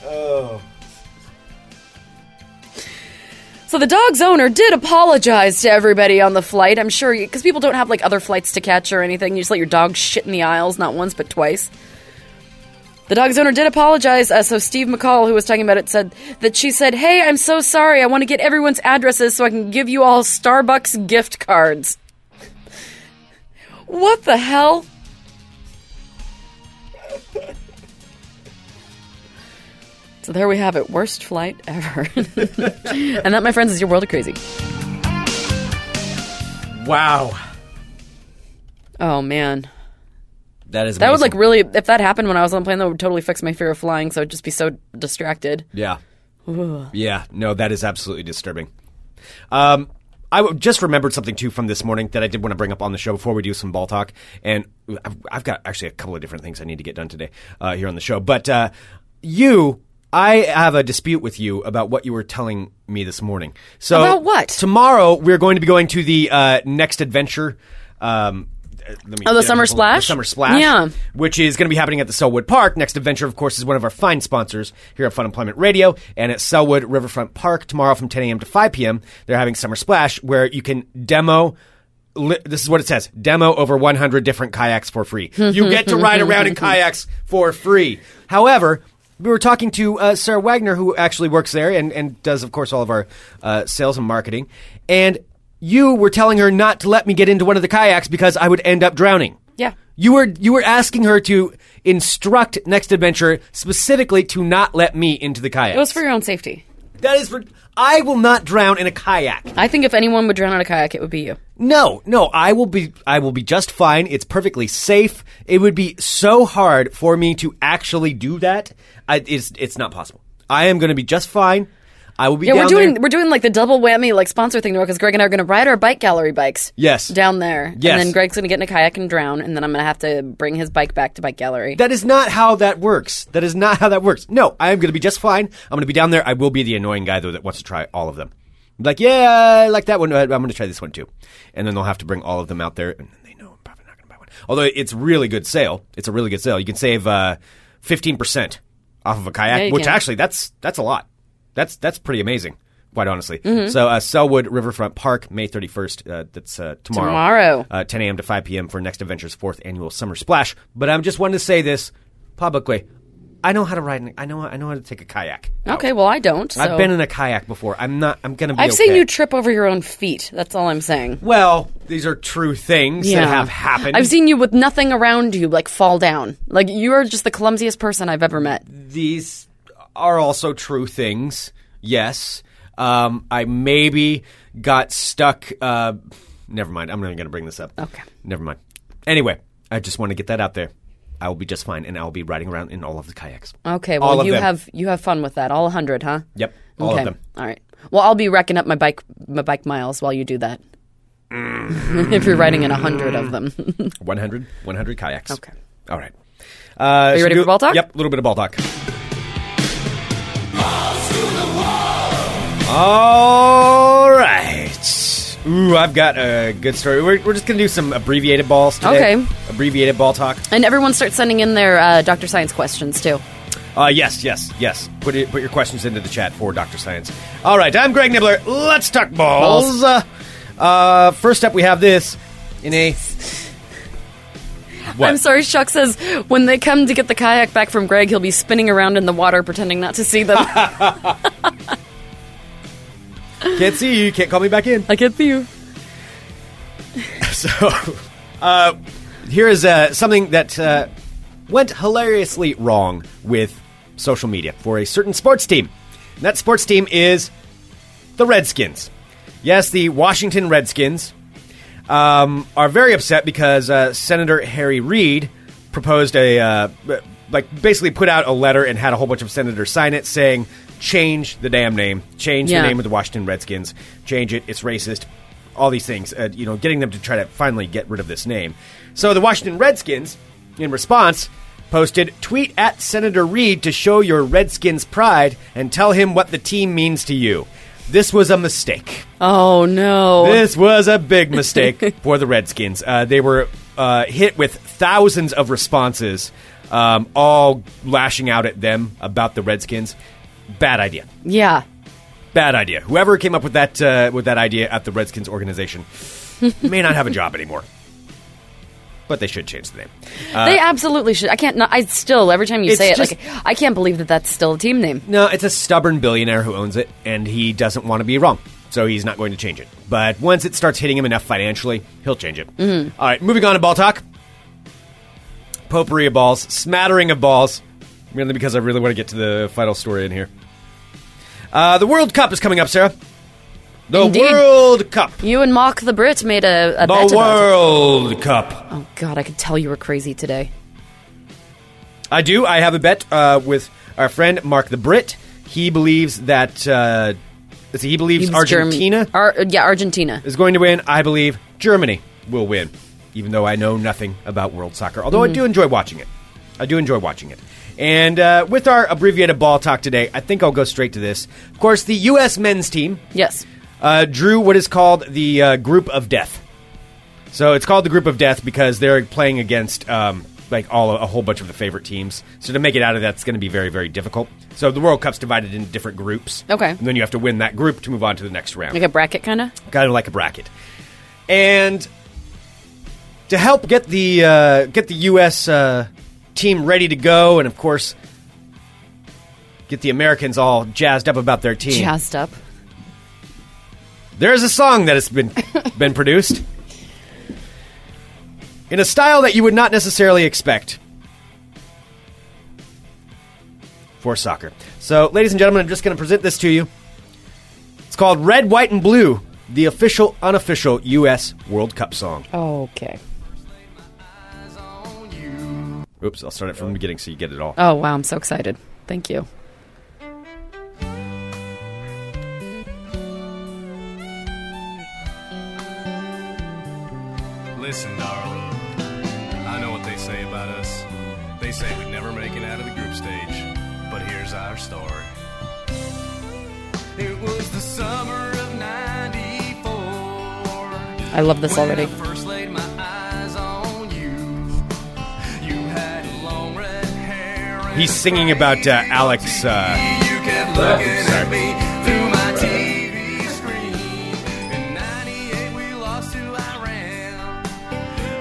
[SPEAKER 7] So the dog's owner did apologize to everybody on the flight. I'm sure because people don't have like other flights to catch or anything. You just let your dog shit in the aisles, not once but twice. The dog's owner did apologize. Uh, so Steve McCall, who was talking about it, said that she said, "Hey, I'm so sorry. I want to get everyone's addresses so I can give you all Starbucks gift cards." What the hell? So there we have it. Worst flight ever. and that, my friends, is your world of crazy.
[SPEAKER 6] Wow.
[SPEAKER 7] Oh man.
[SPEAKER 6] That is.
[SPEAKER 7] That would like
[SPEAKER 6] amazing.
[SPEAKER 7] really if that happened when I was on a plane, that would totally fix my fear of flying. So I'd just be so distracted.
[SPEAKER 6] Yeah. Yeah. No, that is absolutely disturbing. Um, I w- just remembered something too from this morning that I did want to bring up on the show before we do some ball talk, and I've, I've got actually a couple of different things I need to get done today uh, here on the show. But uh, you, I have a dispute with you about what you were telling me this morning. So
[SPEAKER 7] About what?
[SPEAKER 6] Tomorrow we're going to be going to the uh, next adventure. Um, uh, let me
[SPEAKER 7] Oh, the
[SPEAKER 6] get
[SPEAKER 7] Summer
[SPEAKER 6] it.
[SPEAKER 7] Splash?
[SPEAKER 6] Summer Splash.
[SPEAKER 7] Yeah.
[SPEAKER 6] Which is going to be happening at the Selwood Park. Next Adventure, of course, is one of our fine sponsors here at Fun Employment Radio and at Selwood Riverfront Park tomorrow from 10 a.m. to 5 p.m. They're having Summer Splash where you can demo. Li- this is what it says demo over 100 different kayaks for free. you get to ride around in kayaks for free. However, we were talking to uh, Sarah Wagner, who actually works there and, and does, of course, all of our uh, sales and marketing. And you were telling her not to let me get into one of the kayaks because I would end up drowning.
[SPEAKER 7] Yeah.
[SPEAKER 6] You were you were asking her to instruct Next Adventure specifically to not let me into the kayak.
[SPEAKER 7] It was for your own safety.
[SPEAKER 6] That is for I will not drown in a kayak.
[SPEAKER 7] I think if anyone would drown in a kayak, it would be you.
[SPEAKER 6] No, no, I will be I will be just fine. It's perfectly safe. It would be so hard for me to actually do that. I, it's it's not possible. I am going to be just fine. I will be
[SPEAKER 7] Yeah,
[SPEAKER 6] down
[SPEAKER 7] we're doing
[SPEAKER 6] there.
[SPEAKER 7] we're doing like the double whammy like sponsor thing tomorrow because Greg and I are going to ride our bike gallery bikes.
[SPEAKER 6] Yes.
[SPEAKER 7] Down there.
[SPEAKER 6] Yes.
[SPEAKER 7] And then Greg's going to get in a kayak and drown, and then I'm going to have to bring his bike back to bike gallery.
[SPEAKER 6] That is not how that works. That is not how that works. No, I am going to be just fine. I'm going to be down there. I will be the annoying guy though that wants to try all of them. Like, yeah, I like that one. Uh, I'm going to try this one too, and then they'll have to bring all of them out there, and then they know I'm probably not going to buy one. Although it's really good sale. It's a really good sale. You can save uh, fifteen percent off of a kayak,
[SPEAKER 7] Yeah, you
[SPEAKER 6] which
[SPEAKER 7] can.
[SPEAKER 6] actually that's that's a lot. That's that's pretty amazing. Quite honestly,
[SPEAKER 7] Mm-hmm.
[SPEAKER 6] so uh, Selwood Riverfront Park, May thirty first. Uh, that's uh, tomorrow.
[SPEAKER 7] Tomorrow.
[SPEAKER 6] Uh, 10 a.m. to 5 p.m. for Next Adventure's fourth annual Summer Splash. But I am just wanted to say this publicly. I know how to ride. An, I know. I know how to take a kayak. out.
[SPEAKER 7] okay, well I don't. So.
[SPEAKER 6] I've been in a kayak before. I'm not. I'm gonna be.
[SPEAKER 7] I've
[SPEAKER 6] okay.
[SPEAKER 7] seen you trip over your own feet. That's all I'm saying.
[SPEAKER 6] well, these are true things that have happened.
[SPEAKER 7] I've seen you with nothing around you, like fall down. Like you are just the clumsiest person I've ever met.
[SPEAKER 6] these are also true things. Yes. Um, I maybe got stuck. Uh, never mind. I'm not even going to bring this up.
[SPEAKER 7] Okay.
[SPEAKER 6] Never mind. Anyway, I just want to get that out there. I will be just fine, and I will be riding around in all of the kayaks.
[SPEAKER 7] Okay,
[SPEAKER 6] All
[SPEAKER 7] well
[SPEAKER 6] of
[SPEAKER 7] you
[SPEAKER 6] them.
[SPEAKER 7] have you have fun with that. All 100, huh?
[SPEAKER 6] Yep. All
[SPEAKER 7] okay.
[SPEAKER 6] of them.
[SPEAKER 7] All right. Well, I'll be racking up my bike my bike miles while you do that. if you're riding in 100 of them.
[SPEAKER 6] 100, 100 kayaks.
[SPEAKER 7] Okay.
[SPEAKER 6] All right. Uh, Are
[SPEAKER 7] you ready for ball talk?
[SPEAKER 6] Yep, a little bit of ball talk. All right. Ooh, I've got a good story. We're, we're just going to do some abbreviated balls today.
[SPEAKER 7] Okay.
[SPEAKER 6] Abbreviated ball talk.
[SPEAKER 7] and everyone starts sending in their uh, Dr. Science questions too.
[SPEAKER 6] Uh, yes, yes, yes. Put it, put your questions into the chat for Doctor Science. All right, I'm Greg Nibbler. Let's talk balls. Uh, Uh, first up, we have this in a. What?
[SPEAKER 7] I'm sorry, Chuck says when they come to get the kayak back from Greg, he'll be spinning around in the water pretending not to see them.
[SPEAKER 6] Can't see you. Can't call me back in.
[SPEAKER 7] I get you.
[SPEAKER 6] So, uh, here is uh, something that uh, went hilariously wrong with social media for a certain sports team. And that sports team is the Redskins. Yes, the Washington Redskins um, are very upset because uh, Senator Harry Reid proposed a, uh, b- like, basically put out a letter and had a whole bunch of senators sign it saying, change the damn name, change
[SPEAKER 7] Yeah.
[SPEAKER 6] the name of the Washington Redskins, change it, it's racist, all these things, uh, you know, getting them to try to finally get rid of this name. So the Washington Redskins, in response, posted, tweet at Senator Reid to show your Redskins pride and tell him what the team means to you. This was a mistake.
[SPEAKER 7] Oh no.
[SPEAKER 6] This was a big mistake for the Redskins. Uh, they were uh, hit with thousands of responses, um, all lashing out at them about the Redskins. Bad idea.
[SPEAKER 7] yeah.
[SPEAKER 6] Bad idea. Whoever came up with that uh, with that idea at the Redskins organization may not have a job anymore. But they should change the name.
[SPEAKER 7] they absolutely should. I can't not, I still every time you
[SPEAKER 6] Uh, It's
[SPEAKER 7] say it
[SPEAKER 6] just-
[SPEAKER 7] like I can't believe that that's still a team name.
[SPEAKER 6] No, it's a stubborn billionaire who owns it, and he doesn't want to be wrong, so he's not going to change it. But once it starts hitting him enough financially, he'll change it.
[SPEAKER 7] Mm-hmm.
[SPEAKER 6] All right, moving on to ball talk. Potpourri of balls, smattering of balls, mainly because I really want to get to the final story in here. Uh, the World Cup is coming up, Sarah. The
[SPEAKER 7] Indeed.
[SPEAKER 6] World Cup.
[SPEAKER 7] You and Mock the Brit made a, a bet
[SPEAKER 6] The
[SPEAKER 7] about it.
[SPEAKER 6] World Cup.
[SPEAKER 7] Oh god, I could tell you were crazy today.
[SPEAKER 6] I do. I have a bet uh, with our friend Mark the Brit. He believes that. Uh, let's see, he believes
[SPEAKER 7] He was Germ-
[SPEAKER 6] Argentina.
[SPEAKER 7] Ar- yeah, Argentina.
[SPEAKER 6] is going to win. I believe Germany will win, even though I know nothing about world soccer. Although I do enjoy watching it. I do enjoy watching it. And uh, with our abbreviated ball talk today, I think I'll go straight to this. Of course, the U.S. men's team
[SPEAKER 7] Yes.
[SPEAKER 6] uh, drew what is called the uh, Group of Death. So it's called the Group of Death because they're playing against um, like all a whole bunch of the favorite teams. So to make it out of that's going to be very very difficult. So the World Cup's divided into different groups.
[SPEAKER 7] Okay.
[SPEAKER 6] and then you have to win that group to move on to the next round
[SPEAKER 7] Like a bracket kind of?
[SPEAKER 6] kind of like a bracket. And to help get the uh, get the U.S. Uh, team ready to go, and of course, get the Americans all jazzed up about their team.
[SPEAKER 7] Jazzed up.
[SPEAKER 6] There's a song that has been been produced in a style that you would not necessarily expect for soccer. So, ladies and gentlemen, I'm just going to present this to you. It's called Red, White, and Blue, the official, unofficial U.S. World Cup song.
[SPEAKER 7] Okay.
[SPEAKER 6] Oops, I'll start it from the beginning so you get it all.
[SPEAKER 7] Oh wow, I'm so excited. Thank you.
[SPEAKER 10] Listen, darling. I know what they say about us. They say we'd never make it out of the group stage. But here's our story. It was the summer of 94.
[SPEAKER 7] I love this
[SPEAKER 10] when
[SPEAKER 7] already.
[SPEAKER 10] I first laid my eyes on you. You had long red hair. and
[SPEAKER 6] He's singing about uh, Alex. Uh,
[SPEAKER 10] You kept looking at me through my TV screen. In 98, we lost to Iran.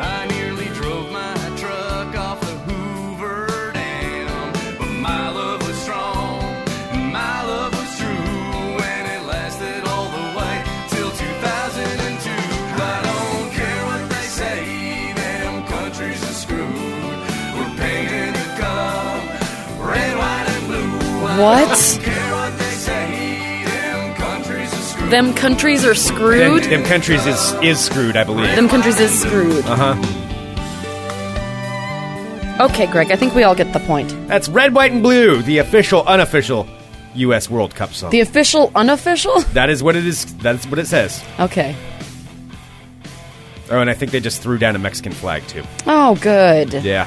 [SPEAKER 10] I nearly drove my truck off the Hoover Dam. But my love was strong, and my love was true, and it lasted all the way till 2002. I don't care what they say, them countries are screwed. We're painted the cup, red, white, and blue. I
[SPEAKER 7] What?
[SPEAKER 10] don't care what they say, them countries are screwed.
[SPEAKER 7] Them countries are
[SPEAKER 6] them,
[SPEAKER 7] screwed.
[SPEAKER 6] them countries is is screwed, I believe.
[SPEAKER 7] Them countries is screwed.
[SPEAKER 6] Uh-huh.
[SPEAKER 7] Uh huh. Okay, Greg, I think we all get the point.
[SPEAKER 6] That's Red, White, and Blue, the official, unofficial U.S. World Cup song.
[SPEAKER 7] The official, unofficial?
[SPEAKER 6] that is what it is. That's what it says.
[SPEAKER 7] Okay.
[SPEAKER 6] Oh, and I think they just threw down a Mexican flag too.
[SPEAKER 7] Oh, good.
[SPEAKER 6] Yeah,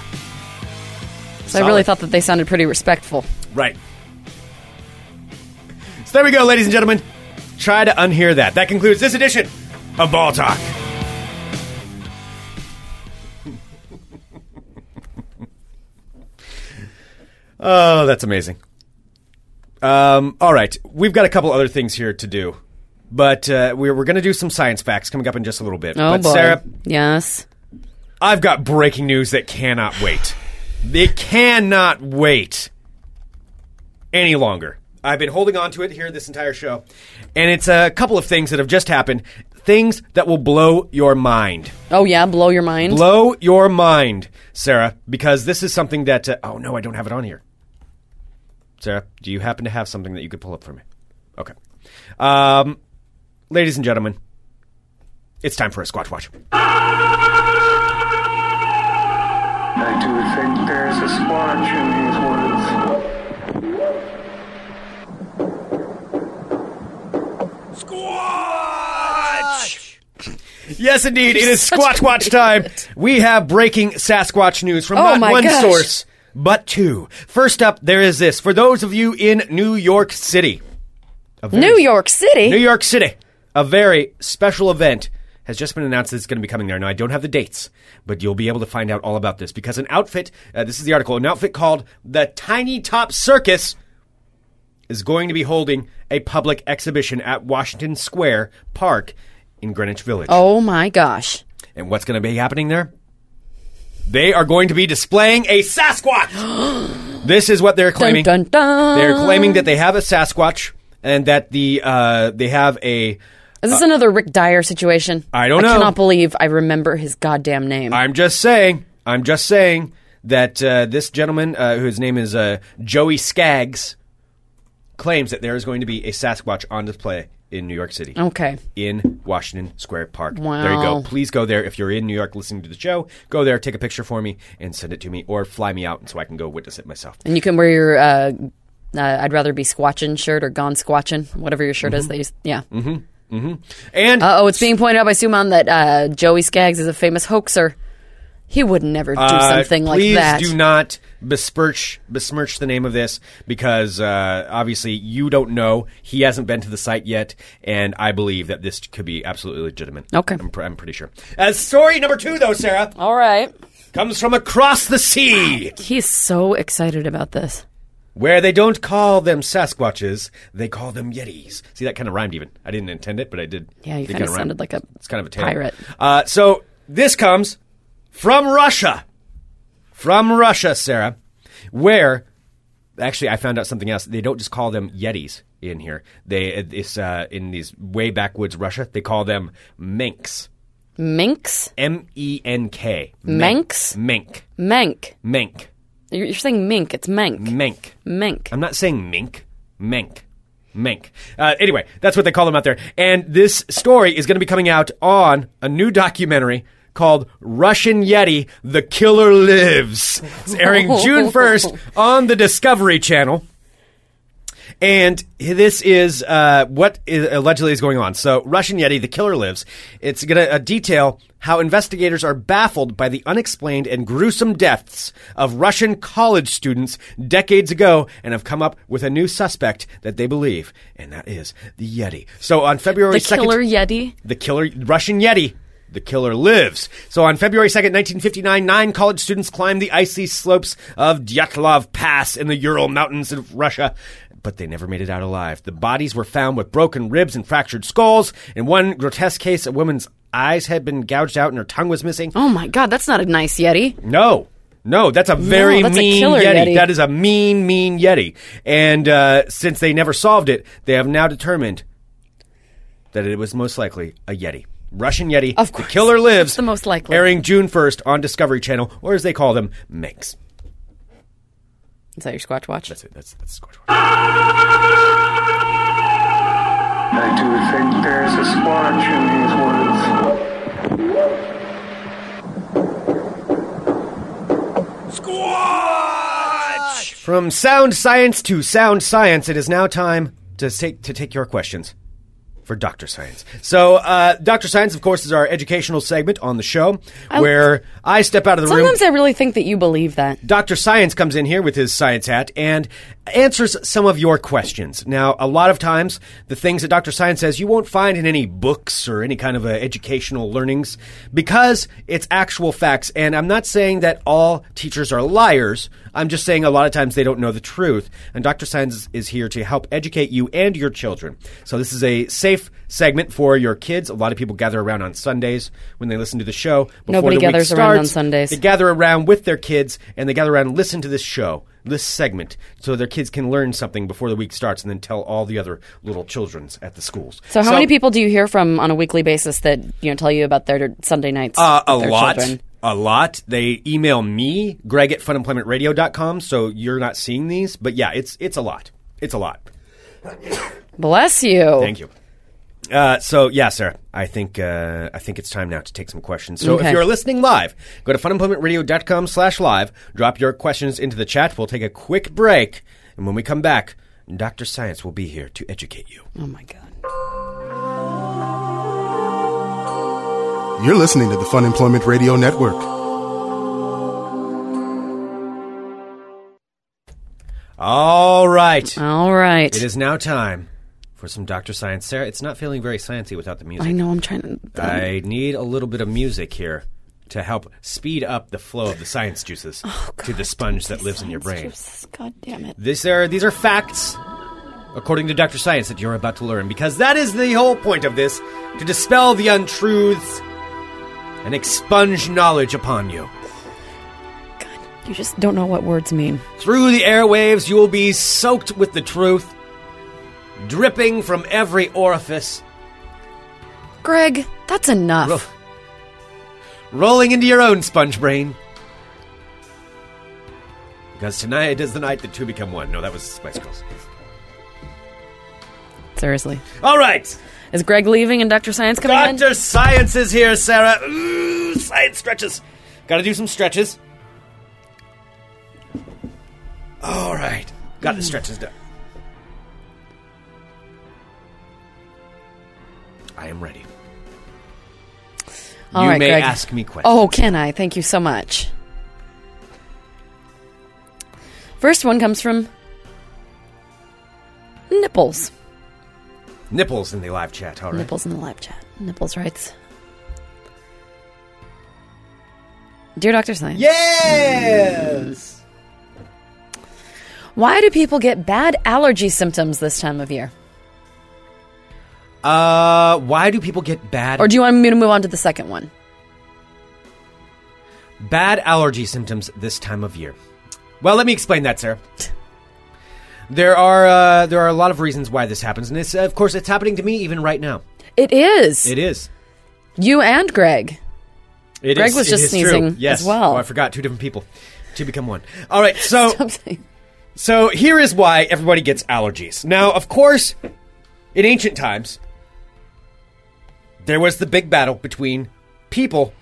[SPEAKER 7] so I really
[SPEAKER 6] solid.
[SPEAKER 7] thought that they sounded pretty respectful.
[SPEAKER 6] right. So there we go, ladies and gentlemen. Try to unhear that. That concludes this edition of Ball Talk. Oh, that's amazing. Um, all right, we've got a couple other things here to do, but uh, we're we're going to do some science facts coming up in just a little bit.
[SPEAKER 7] Oh
[SPEAKER 6] but
[SPEAKER 7] boy.
[SPEAKER 6] Sarah,
[SPEAKER 7] Yes.
[SPEAKER 6] I've got breaking news that cannot wait. It cannot wait any longer. I've been holding on to it here this entire show, and it's a couple of things that have just happened. Things that will blow your mind.
[SPEAKER 7] Oh yeah, blow your mind.
[SPEAKER 6] Blow your mind, Sarah, because this is something that. Uh, oh no, I don't have it on here. Sarah, do you happen to have something that you could pull up for me? Okay, um, ladies and gentlemen, it's time for a Squatch Watch.
[SPEAKER 11] I do think there's a splotch in these woods.
[SPEAKER 6] Yes, indeed, it is Squatch Watch time. We have breaking Sasquatch news from
[SPEAKER 7] Oh
[SPEAKER 6] not
[SPEAKER 7] my
[SPEAKER 6] one
[SPEAKER 7] gosh.
[SPEAKER 6] source, but two. First up, there is this for those of you in New York City. a very
[SPEAKER 7] New York City.
[SPEAKER 6] New York City. A very special event has just been announced that's going to be coming there. Now, I don't have the dates, but you'll be able to find out all about this because an outfit, uh, this is the article, an outfit called the Tiny Top Circus is going to be holding a public exhibition at Washington Square Park in Greenwich Village.
[SPEAKER 7] Oh my gosh.
[SPEAKER 6] And what's going to be happening there? They are going to be displaying a Sasquatch. this is what they're
[SPEAKER 7] Dun
[SPEAKER 6] claiming.
[SPEAKER 7] dun dun.
[SPEAKER 6] They're claiming that they have a Sasquatch and that the uh, they have a
[SPEAKER 7] Is this another Rick Dyer situation?
[SPEAKER 6] I don't
[SPEAKER 7] I
[SPEAKER 6] know.
[SPEAKER 7] cannot believe I remember his goddamn name.
[SPEAKER 6] I'm just saying. I'm just saying that uh, this gentleman, uh, whose name is uh, Joey Skaggs, claims that there is going to be a Sasquatch on display in New York City.
[SPEAKER 7] okay.
[SPEAKER 6] In Washington Square Park. There you
[SPEAKER 7] Wow.
[SPEAKER 6] go. Please go there if you're in New York listening to the show. Go there, take a picture for me, and send it to me, or fly me out so I can go witness it myself.
[SPEAKER 7] And you can wear your uh, uh, I'd rather be squatching shirt or gone squatching, whatever your
[SPEAKER 6] Mm-hmm.
[SPEAKER 7] shirt is. They use, yeah.
[SPEAKER 6] And
[SPEAKER 7] Uh oh, it's being pointed out by Suman that uh, Joey Skaggs is a famous hoaxer. He would never do
[SPEAKER 6] Uh,
[SPEAKER 7] something like
[SPEAKER 6] please
[SPEAKER 7] that.
[SPEAKER 6] do not besmirch besmirch the name of this because uh, obviously you don't know. He hasn't been to the site yet, and I believe that this could be absolutely legitimate.
[SPEAKER 7] Okay.
[SPEAKER 6] I'm, pr- I'm pretty sure. Uh, story number two, though, Sarah,
[SPEAKER 7] All right.
[SPEAKER 6] comes from across the sea,
[SPEAKER 7] He's so excited about this.
[SPEAKER 6] where they don't call them Sasquatches, they call them Yetis. See, that kind of rhymed even. I didn't intend it, but I did.
[SPEAKER 7] Yeah, you
[SPEAKER 6] It
[SPEAKER 7] kind of
[SPEAKER 6] rhymed.
[SPEAKER 7] sounded like a
[SPEAKER 6] It's kind of a tale.
[SPEAKER 7] pirate.
[SPEAKER 6] Uh, so this comes from Russia. From Russia, Sarah, where actually I found out something else. They don't just call them Yetis in here. They it's uh, in these way backwoods Russia. They call them minks.
[SPEAKER 7] Minx?
[SPEAKER 6] M E N K.
[SPEAKER 7] Manx?
[SPEAKER 6] Mink.
[SPEAKER 7] Mank.
[SPEAKER 6] Mink.
[SPEAKER 7] You're you're saying mink. It's mank.
[SPEAKER 6] Mink.
[SPEAKER 7] Mink.
[SPEAKER 6] I'm not saying mink. Mink. Mink. Uh, anyway, that's what they call them out there. And this story is going to be coming out on a new documentary called Russian Yeti The Killer Lives. It's airing June 1st on the Discovery Channel. And this is uh, what is allegedly is going on. So, Russian Yeti, the killer lives. It's going to uh, detail how investigators are baffled by the unexplained and gruesome deaths of Russian college students decades ago and have come up with a new suspect that they believe, and that is the Yeti. So, on February
[SPEAKER 7] the
[SPEAKER 6] 2nd
[SPEAKER 7] killer yeti.
[SPEAKER 6] the killer Russian Yeti. The killer lives. So on February 2nd, 1959, nine college students climbed the icy slopes of Dyatlov Pass in the Ural Mountains of Russia, but they never made it out alive. The bodies were found with broken ribs and fractured skulls. In one grotesque case, a woman's eyes had been gouged out and her tongue was missing.
[SPEAKER 7] Oh my god, that's not a nice yeti.
[SPEAKER 6] No. No, that's a very
[SPEAKER 7] that's a
[SPEAKER 6] mean
[SPEAKER 7] killer
[SPEAKER 6] yeti.
[SPEAKER 7] Yeti.
[SPEAKER 6] That is a mean, mean Yeti. And uh, since they never solved it, they have now determined that it was most likely a Yeti. Russian Yeti.
[SPEAKER 7] Of
[SPEAKER 6] The
[SPEAKER 7] course.
[SPEAKER 6] killer lives.
[SPEAKER 7] It's the most likely.
[SPEAKER 6] Airing June 1st on Discovery Channel, or as they call them, Minx.
[SPEAKER 7] Is that your Squatch watch?
[SPEAKER 6] That's it. That's, that's Squatch Watch.
[SPEAKER 11] I do think there's a splotch in these woods.
[SPEAKER 6] From sound science to sound science, it is now time to take to take your questions. for Dr. Science. So, uh, Dr. Science, of course, is our educational segment on the show
[SPEAKER 7] I-
[SPEAKER 6] where I step out of the room.
[SPEAKER 7] Sometimes I really think that you believe that.
[SPEAKER 6] Dr. Science comes in here with his science hat and answers some of your questions. Now, a lot of times, the things that Dr. Science says you won't find in any books or any kind of uh, educational learnings because it's actual facts. And I'm not saying that all teachers are liars. I'm just saying a lot of times they don't know the truth. And Dr. Science is here to help educate you and your children. So this is a safe segment for your kids. A lot of people gather around on Sundays when they listen to the show. Before
[SPEAKER 7] Nobody
[SPEAKER 6] the week
[SPEAKER 7] gathers around on
[SPEAKER 6] starts.
[SPEAKER 7] Sundays.
[SPEAKER 6] They gather around with their kids and they gather around and listen to this show, this segment, so their kids can learn something before the week starts and then tell all the other little childrens at the schools.
[SPEAKER 7] So, how many people do you hear from on a weekly basis that you know tell you about their Sunday nights?
[SPEAKER 6] Uh, a
[SPEAKER 7] with their
[SPEAKER 6] lot.
[SPEAKER 7] Children?
[SPEAKER 6] A lot. They email me, Greg at funemploymentradio.com, so you're not seeing these. But yeah, it's it's a lot. It's a lot.
[SPEAKER 7] Bless you.
[SPEAKER 6] Thank you. Uh, so yeah, Sarah, I think uh, I think it's time now to take some questions. So
[SPEAKER 7] Okay.
[SPEAKER 6] if you're listening live, go to funemploymentradio.com slash live, drop your questions into the chat. We'll take a quick break, and when we come back, Dr. Science will be here to educate you.
[SPEAKER 7] Oh my god.
[SPEAKER 1] You're listening to the Fun Employment Radio Network.
[SPEAKER 6] All right.
[SPEAKER 7] All right.
[SPEAKER 6] It is now time for some Dr. Science. Sarah, it's not feeling very sciencey without the music.
[SPEAKER 7] I know. I'm trying to.
[SPEAKER 6] I need a little bit of music here to help speed up the flow of the science juices
[SPEAKER 7] Oh,
[SPEAKER 6] to the sponge that lives in your brain.
[SPEAKER 7] God damn it.
[SPEAKER 6] These are these are facts, according to Dr. Science, that you're about to learn, because that is the whole point of this to dispel the untruths and expunge knowledge upon you.
[SPEAKER 7] You just don't know what words mean.
[SPEAKER 6] Through the airwaves, you will be soaked with the truth, dripping from every orifice,
[SPEAKER 7] Greg, that's enough.
[SPEAKER 6] rolling into your own sponge brain. Because tonight is the night the two become one. No, that was Spice Girls.
[SPEAKER 7] Seriously.
[SPEAKER 6] All right.
[SPEAKER 7] Is Greg leaving and Dr. Science coming in?
[SPEAKER 6] Dr. Science is here, Sarah. Ooh, science stretches. Gotta do some stretches. All right. Got the stretches done. I am ready.
[SPEAKER 7] All
[SPEAKER 6] you
[SPEAKER 7] right,
[SPEAKER 6] may
[SPEAKER 7] Greg.
[SPEAKER 6] ask me questions.
[SPEAKER 7] Oh, can I? Thank you so much. First one comes from Nipples.
[SPEAKER 6] Nipples in the live chat. All right.
[SPEAKER 7] Nipples in the live chat. Nipples writes Dear Dr. Science.
[SPEAKER 6] Yes!
[SPEAKER 7] Why do people get bad allergy symptoms this time of year?
[SPEAKER 6] Uh, why do people get bad
[SPEAKER 7] Or do you want me to move on to the second one?
[SPEAKER 6] Bad allergy symptoms this time of year. Well, let me explain that, Sarah. There are uh, there are a lot of reasons why this happens, and it's, of course it's happening to me even right now.
[SPEAKER 7] It is.
[SPEAKER 6] It is.
[SPEAKER 7] You and Greg.
[SPEAKER 6] It
[SPEAKER 7] Greg
[SPEAKER 6] is-
[SPEAKER 7] was
[SPEAKER 6] it
[SPEAKER 7] just
[SPEAKER 6] is true.
[SPEAKER 7] sneezing
[SPEAKER 6] Yes.
[SPEAKER 7] as well.
[SPEAKER 6] Oh, I forgot two different people to become one. All right, so
[SPEAKER 7] Something.
[SPEAKER 6] so here is why everybody gets allergies. Now, of course, in ancient times, there was the big battle between people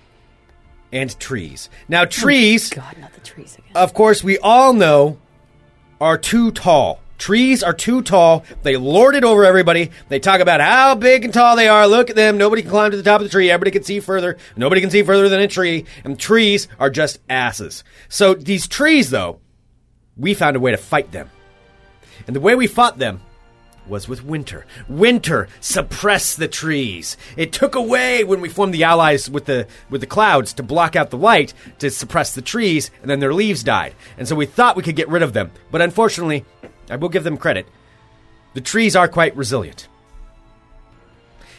[SPEAKER 6] and trees.
[SPEAKER 7] Hmm.
[SPEAKER 6] Now, trees
[SPEAKER 7] God, not the trees again.
[SPEAKER 6] of course, we all know are too tall. Trees are too tall. They lord it over everybody. They talk about how big and tall they are. Look at them. Nobody can climb to the top of the tree. Everybody can see further. Nobody can see further than a tree. And trees are just asses. So these trees, though, we found a way to fight them. And the way we fought them was with winter. Winter suppressed the trees. It took away when we formed the allies with the with the clouds to block out the light to suppress the trees, and then their leaves died. And so we thought we could get rid of them, but unfortunately, I will give them credit. The trees are quite resilient.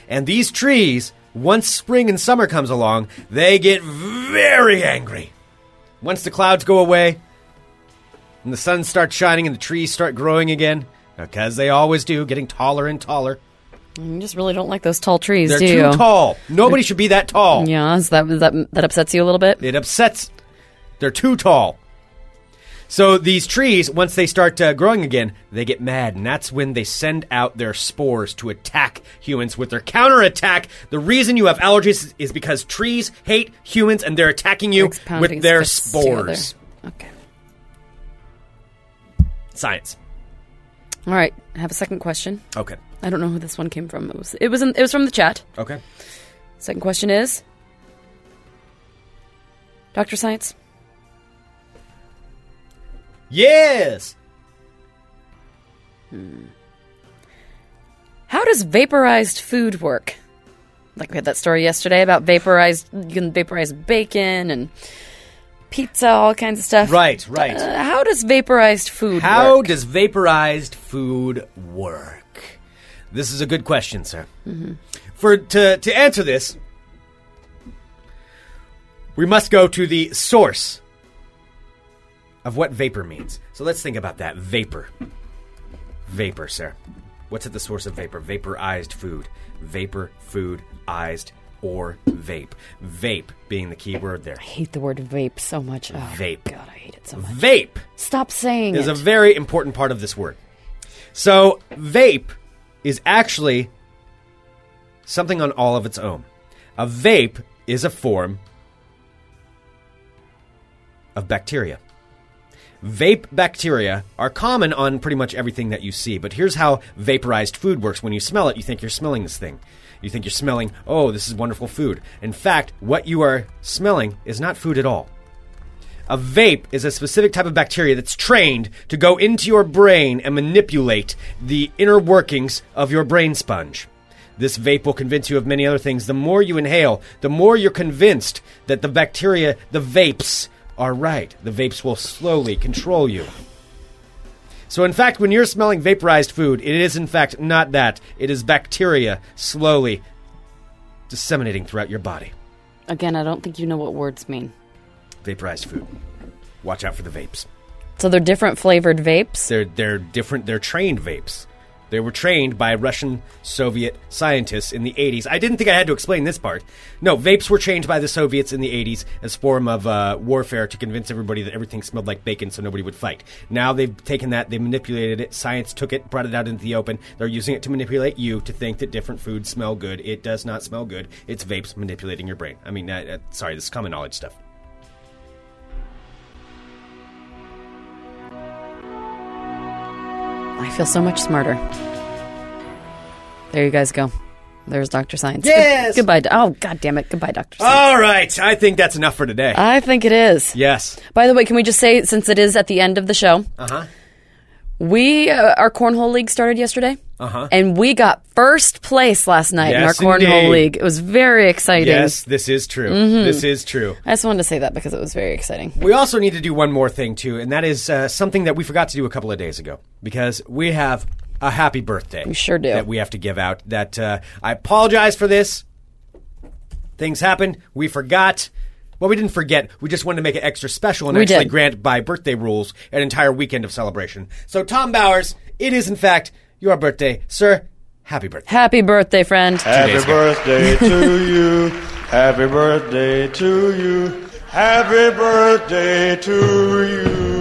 [SPEAKER 6] And these trees, once spring and summer comes along, they get very angry. Once the clouds go away, and the sun starts shining and the trees start growing again, because they always do, getting taller and taller.
[SPEAKER 7] You just really don't like those tall trees,
[SPEAKER 6] They're
[SPEAKER 7] do
[SPEAKER 6] too
[SPEAKER 7] you?
[SPEAKER 6] tall. Nobody should be that tall.
[SPEAKER 7] Yeah, so that, that that upsets you a little bit.
[SPEAKER 6] It upsets. They're too tall. So these trees, once they start uh, growing again, they get mad, and that's when they send out their spores to attack humans with their counterattack. The reason you have allergies is- is because trees hate humans, and they're attacking you
[SPEAKER 7] Greg's pounding
[SPEAKER 6] with their
[SPEAKER 7] his fists together.
[SPEAKER 6] spores.
[SPEAKER 7] Okay.
[SPEAKER 6] Science.
[SPEAKER 7] All right. I have a second question.
[SPEAKER 6] Okay.
[SPEAKER 7] I don't know who this one came from. It was it was in, it was from the chat.
[SPEAKER 6] Okay.
[SPEAKER 7] Second question is Dr. Science.
[SPEAKER 6] Yes.
[SPEAKER 7] How does vaporized food work? Like we had that story yesterday about vaporized you can vaporize bacon and pizza, all kinds of stuff.
[SPEAKER 6] Right, right.
[SPEAKER 7] Uh, how does vaporized food
[SPEAKER 6] How
[SPEAKER 7] work?
[SPEAKER 6] does vaporized food work? This is a good question, sir. For to to answer this, we must go to the source of what vapor means. So let's think about that. Vapor. Vapor, sir. What's at the source of vapor? Vaporized food. Vapor, food, ized, or vape. Vape being the key word there.
[SPEAKER 7] I hate the word vape so much. Oh,
[SPEAKER 6] Vape.
[SPEAKER 7] God, I hate it so much.
[SPEAKER 6] Vape
[SPEAKER 7] Stop saying
[SPEAKER 6] is
[SPEAKER 7] it.
[SPEAKER 6] a very important part of this word. So, vape is actually something on all of its own. A vape is a form of bacteria. Vape bacteria are common on pretty much everything that you see, but here's how vaporized food works. When you smell it, you think you're smelling this thing. You think you're smelling, oh, this is wonderful food. In fact, what you are smelling is not food at all. A vape is a specific type of bacteria that's trained to go into your brain and manipulate the inner workings of your brain sponge. This vape will convince you of many other things. The more you inhale, the more you're convinced that the bacteria, the vapes, are right. The vapes will slowly control you. So, in fact, when you're smelling vaporized food, it is, in fact, not that. It is bacteria slowly disseminating throughout your body.
[SPEAKER 7] Again, I don't think you know what words mean.
[SPEAKER 6] Vaporized food. Watch out for the vapes.
[SPEAKER 7] So they're different flavored vapes.
[SPEAKER 6] They're they're different. They're trained vapes. They were trained by Russian Soviet scientists in the 80s. I didn't think I had to explain this part. No, vapes were trained by the Soviets in the 80s as form of uh, warfare to convince everybody that everything smelled like bacon, so nobody would fight. Now they've taken that, they manipulated it. Science took it, brought it out into the open. They're using it to manipulate you to think that different foods smell good. It does not smell good. It's vapes manipulating your brain. I mean, uh, uh, sorry, this is common knowledge stuff.
[SPEAKER 7] I feel so much smarter. There you guys go. There's Dr. Science.
[SPEAKER 6] Yes!
[SPEAKER 7] Goodbye. Do- Oh, God damn it. Goodbye, Dr. Science.
[SPEAKER 6] All right, I think that's enough for today.
[SPEAKER 7] I think it is.
[SPEAKER 6] yes.
[SPEAKER 7] By the way, can we just say, since it is at the end of the show,
[SPEAKER 6] Uh huh.
[SPEAKER 7] we, uh, our Cornhole League started yesterday.
[SPEAKER 6] Uh-huh.
[SPEAKER 7] And we got first place last night in our
[SPEAKER 6] Yes,
[SPEAKER 7] Cornhole
[SPEAKER 6] indeed.
[SPEAKER 7] League. It was very exciting.
[SPEAKER 6] Yes, this is true.
[SPEAKER 7] Mm-hmm.
[SPEAKER 6] This is true.
[SPEAKER 7] I just wanted to say that because it was very exciting.
[SPEAKER 6] We also need to do one more thing too, and that is uh, something that we forgot to do a couple of days ago because we have a happy birthday. We
[SPEAKER 7] sure do.
[SPEAKER 6] That we have to give out. That uh, I apologize for this. Things happened. We forgot. Well, we didn't forget. We just wanted to make it extra special and
[SPEAKER 7] We
[SPEAKER 6] actually
[SPEAKER 7] did.
[SPEAKER 6] grant by birthday rules an entire weekend of celebration. So, Tom Bowers, it is in fact your birthday, sir. Happy birthday.
[SPEAKER 7] Happy birthday, friend.
[SPEAKER 6] days
[SPEAKER 12] Happy
[SPEAKER 6] ago.
[SPEAKER 12] birthday to you. Happy birthday to you. Happy birthday to you.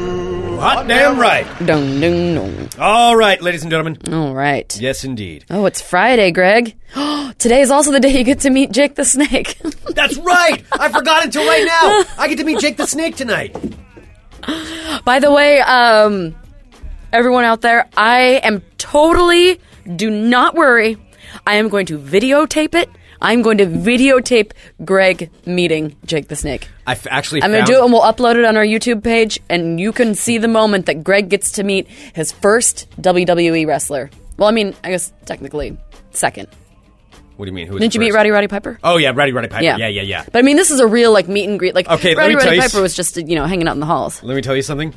[SPEAKER 6] Hot damn right.
[SPEAKER 7] Dun, dun, dun.
[SPEAKER 6] All right, ladies and gentlemen.
[SPEAKER 7] All right.
[SPEAKER 6] Yes, indeed.
[SPEAKER 7] Oh, it's Friday, Greg. Today is also the day you get to meet Jake the Snake.
[SPEAKER 6] That's right. I forgot until right now. I get to meet Jake the Snake tonight.
[SPEAKER 7] By the way, um, everyone out there, I am totally, do not worry. I am going to videotape it. I'm going to videotape Greg meeting Jake the Snake.
[SPEAKER 6] I f- actually
[SPEAKER 7] I'm going
[SPEAKER 6] found,
[SPEAKER 7] to do it and we'll upload it on our YouTube page, and you can see the moment that Greg gets to meet his first WWE wrestler. Well, I mean, I guess technically second.
[SPEAKER 6] What do you mean? Who was
[SPEAKER 7] Didn't you meet
[SPEAKER 6] first?
[SPEAKER 7] Roddy Roddy Piper?
[SPEAKER 6] Oh yeah, Roddy Roddy Piper.
[SPEAKER 7] Yeah.
[SPEAKER 6] Yeah, yeah, yeah.
[SPEAKER 7] But I mean, this is a real like meet and greet. Like
[SPEAKER 6] Okay, let
[SPEAKER 7] Roddy
[SPEAKER 6] me
[SPEAKER 7] Roddy
[SPEAKER 6] tell you s-
[SPEAKER 7] Piper was just you know hanging out in the halls.
[SPEAKER 6] Let me tell you something.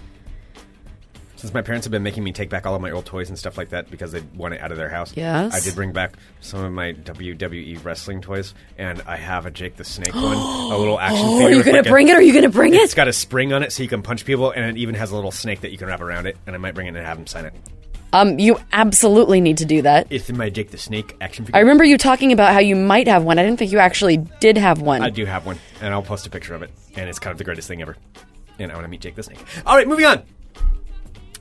[SPEAKER 6] Since my parents have been making me take back all of my old toys and stuff like that because they want it out of their house,
[SPEAKER 7] Yes.
[SPEAKER 6] I did bring back some of my WWE wrestling toys, and I have a Jake the Snake one, a little action
[SPEAKER 7] Oh,
[SPEAKER 6] figure.
[SPEAKER 7] are you
[SPEAKER 6] with,
[SPEAKER 7] gonna
[SPEAKER 6] like, a-
[SPEAKER 7] bring it? Are you gonna bring
[SPEAKER 6] It's
[SPEAKER 7] it?
[SPEAKER 6] got a spring on it so you can punch people, and it even has a little snake that you can wrap around it. And I might bring it and have him sign it.
[SPEAKER 7] Um, you absolutely need to do that.
[SPEAKER 6] It's in my Jake the Snake action figure.
[SPEAKER 7] I remember you talking about how you might have one. I didn't think you actually did have one.
[SPEAKER 6] I do have one, and I'll post a picture of it, and it's kind of the greatest thing ever. And I want to meet Jake the Snake. All right, moving on.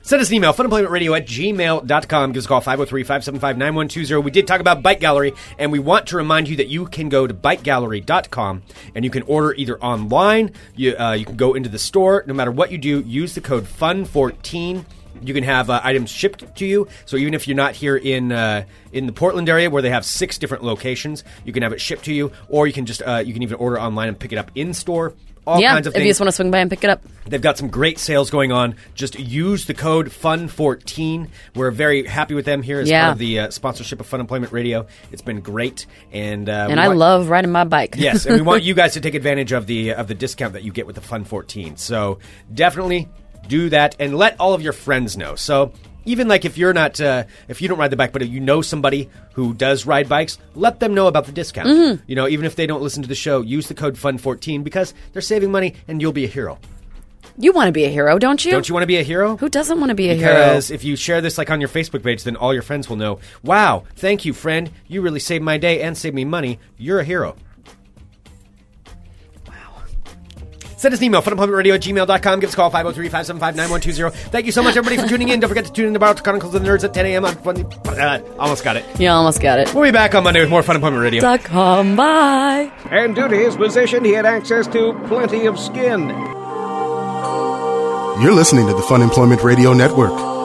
[SPEAKER 6] Send us an email, funemploymentradio at gmail.com. Give us a call, 503-575-9120. We did talk about Bike Gallery, and we want to remind you that you can go to bikegallery.com, and you can order either online, you, uh, you can go into the store. No matter what you do, use the code FUN14 You can have uh, items shipped to you. So even if you're not here in uh, in the Portland area, where they have six different locations, you can have it shipped to you, or you can just uh, you can even order online and pick it up in store. All
[SPEAKER 7] yeah,
[SPEAKER 6] kinds of
[SPEAKER 7] if
[SPEAKER 6] things.
[SPEAKER 7] you just want to swing by and pick it up.
[SPEAKER 6] They've got some great sales going on. Just use the code FUN14. We're very happy with them here as
[SPEAKER 7] Yeah.
[SPEAKER 6] part of the uh, sponsorship of Fun Employment Radio. It's been great, and uh,
[SPEAKER 7] and
[SPEAKER 6] we
[SPEAKER 7] I
[SPEAKER 6] want-
[SPEAKER 7] love riding my bike.
[SPEAKER 6] yes, and we want you guys to take advantage of the of the discount that you get with the Fun 14. So definitely do that and let all of your friends know. So even like if you're not uh, if you don't ride the bike, but if you know somebody who does ride bikes, let them know about the discount.
[SPEAKER 7] Mhm.
[SPEAKER 6] You know, even if they don't listen to the show, use the code Fun 14 because they're saving money, and you'll be a hero.
[SPEAKER 7] You want to be a hero, don't you?
[SPEAKER 6] Don't you want to be a hero?
[SPEAKER 7] Who doesn't want to be a hero?
[SPEAKER 6] Because if you share this like on your Facebook page, then all your friends will know. Wow, thank you, friend. You really saved my day and saved me money. You're a hero. Wow. Send us an email, funemploymentradio at gmail.com. Give us a call, 503 575 9120. Thank you so much, everybody, for tuning in. Don't forget to tune in tomorrow to Chronicles of the Nerds at 10 a.m. on Monday. Uh, almost got it.
[SPEAKER 7] Yeah, almost got it.
[SPEAKER 6] We'll be back on Monday with more Fun Employment Radio.
[SPEAKER 7] Dot com. Bye.
[SPEAKER 5] And due to his position, he had access to plenty of skin.
[SPEAKER 1] You're listening to the Fun Employment Radio Network.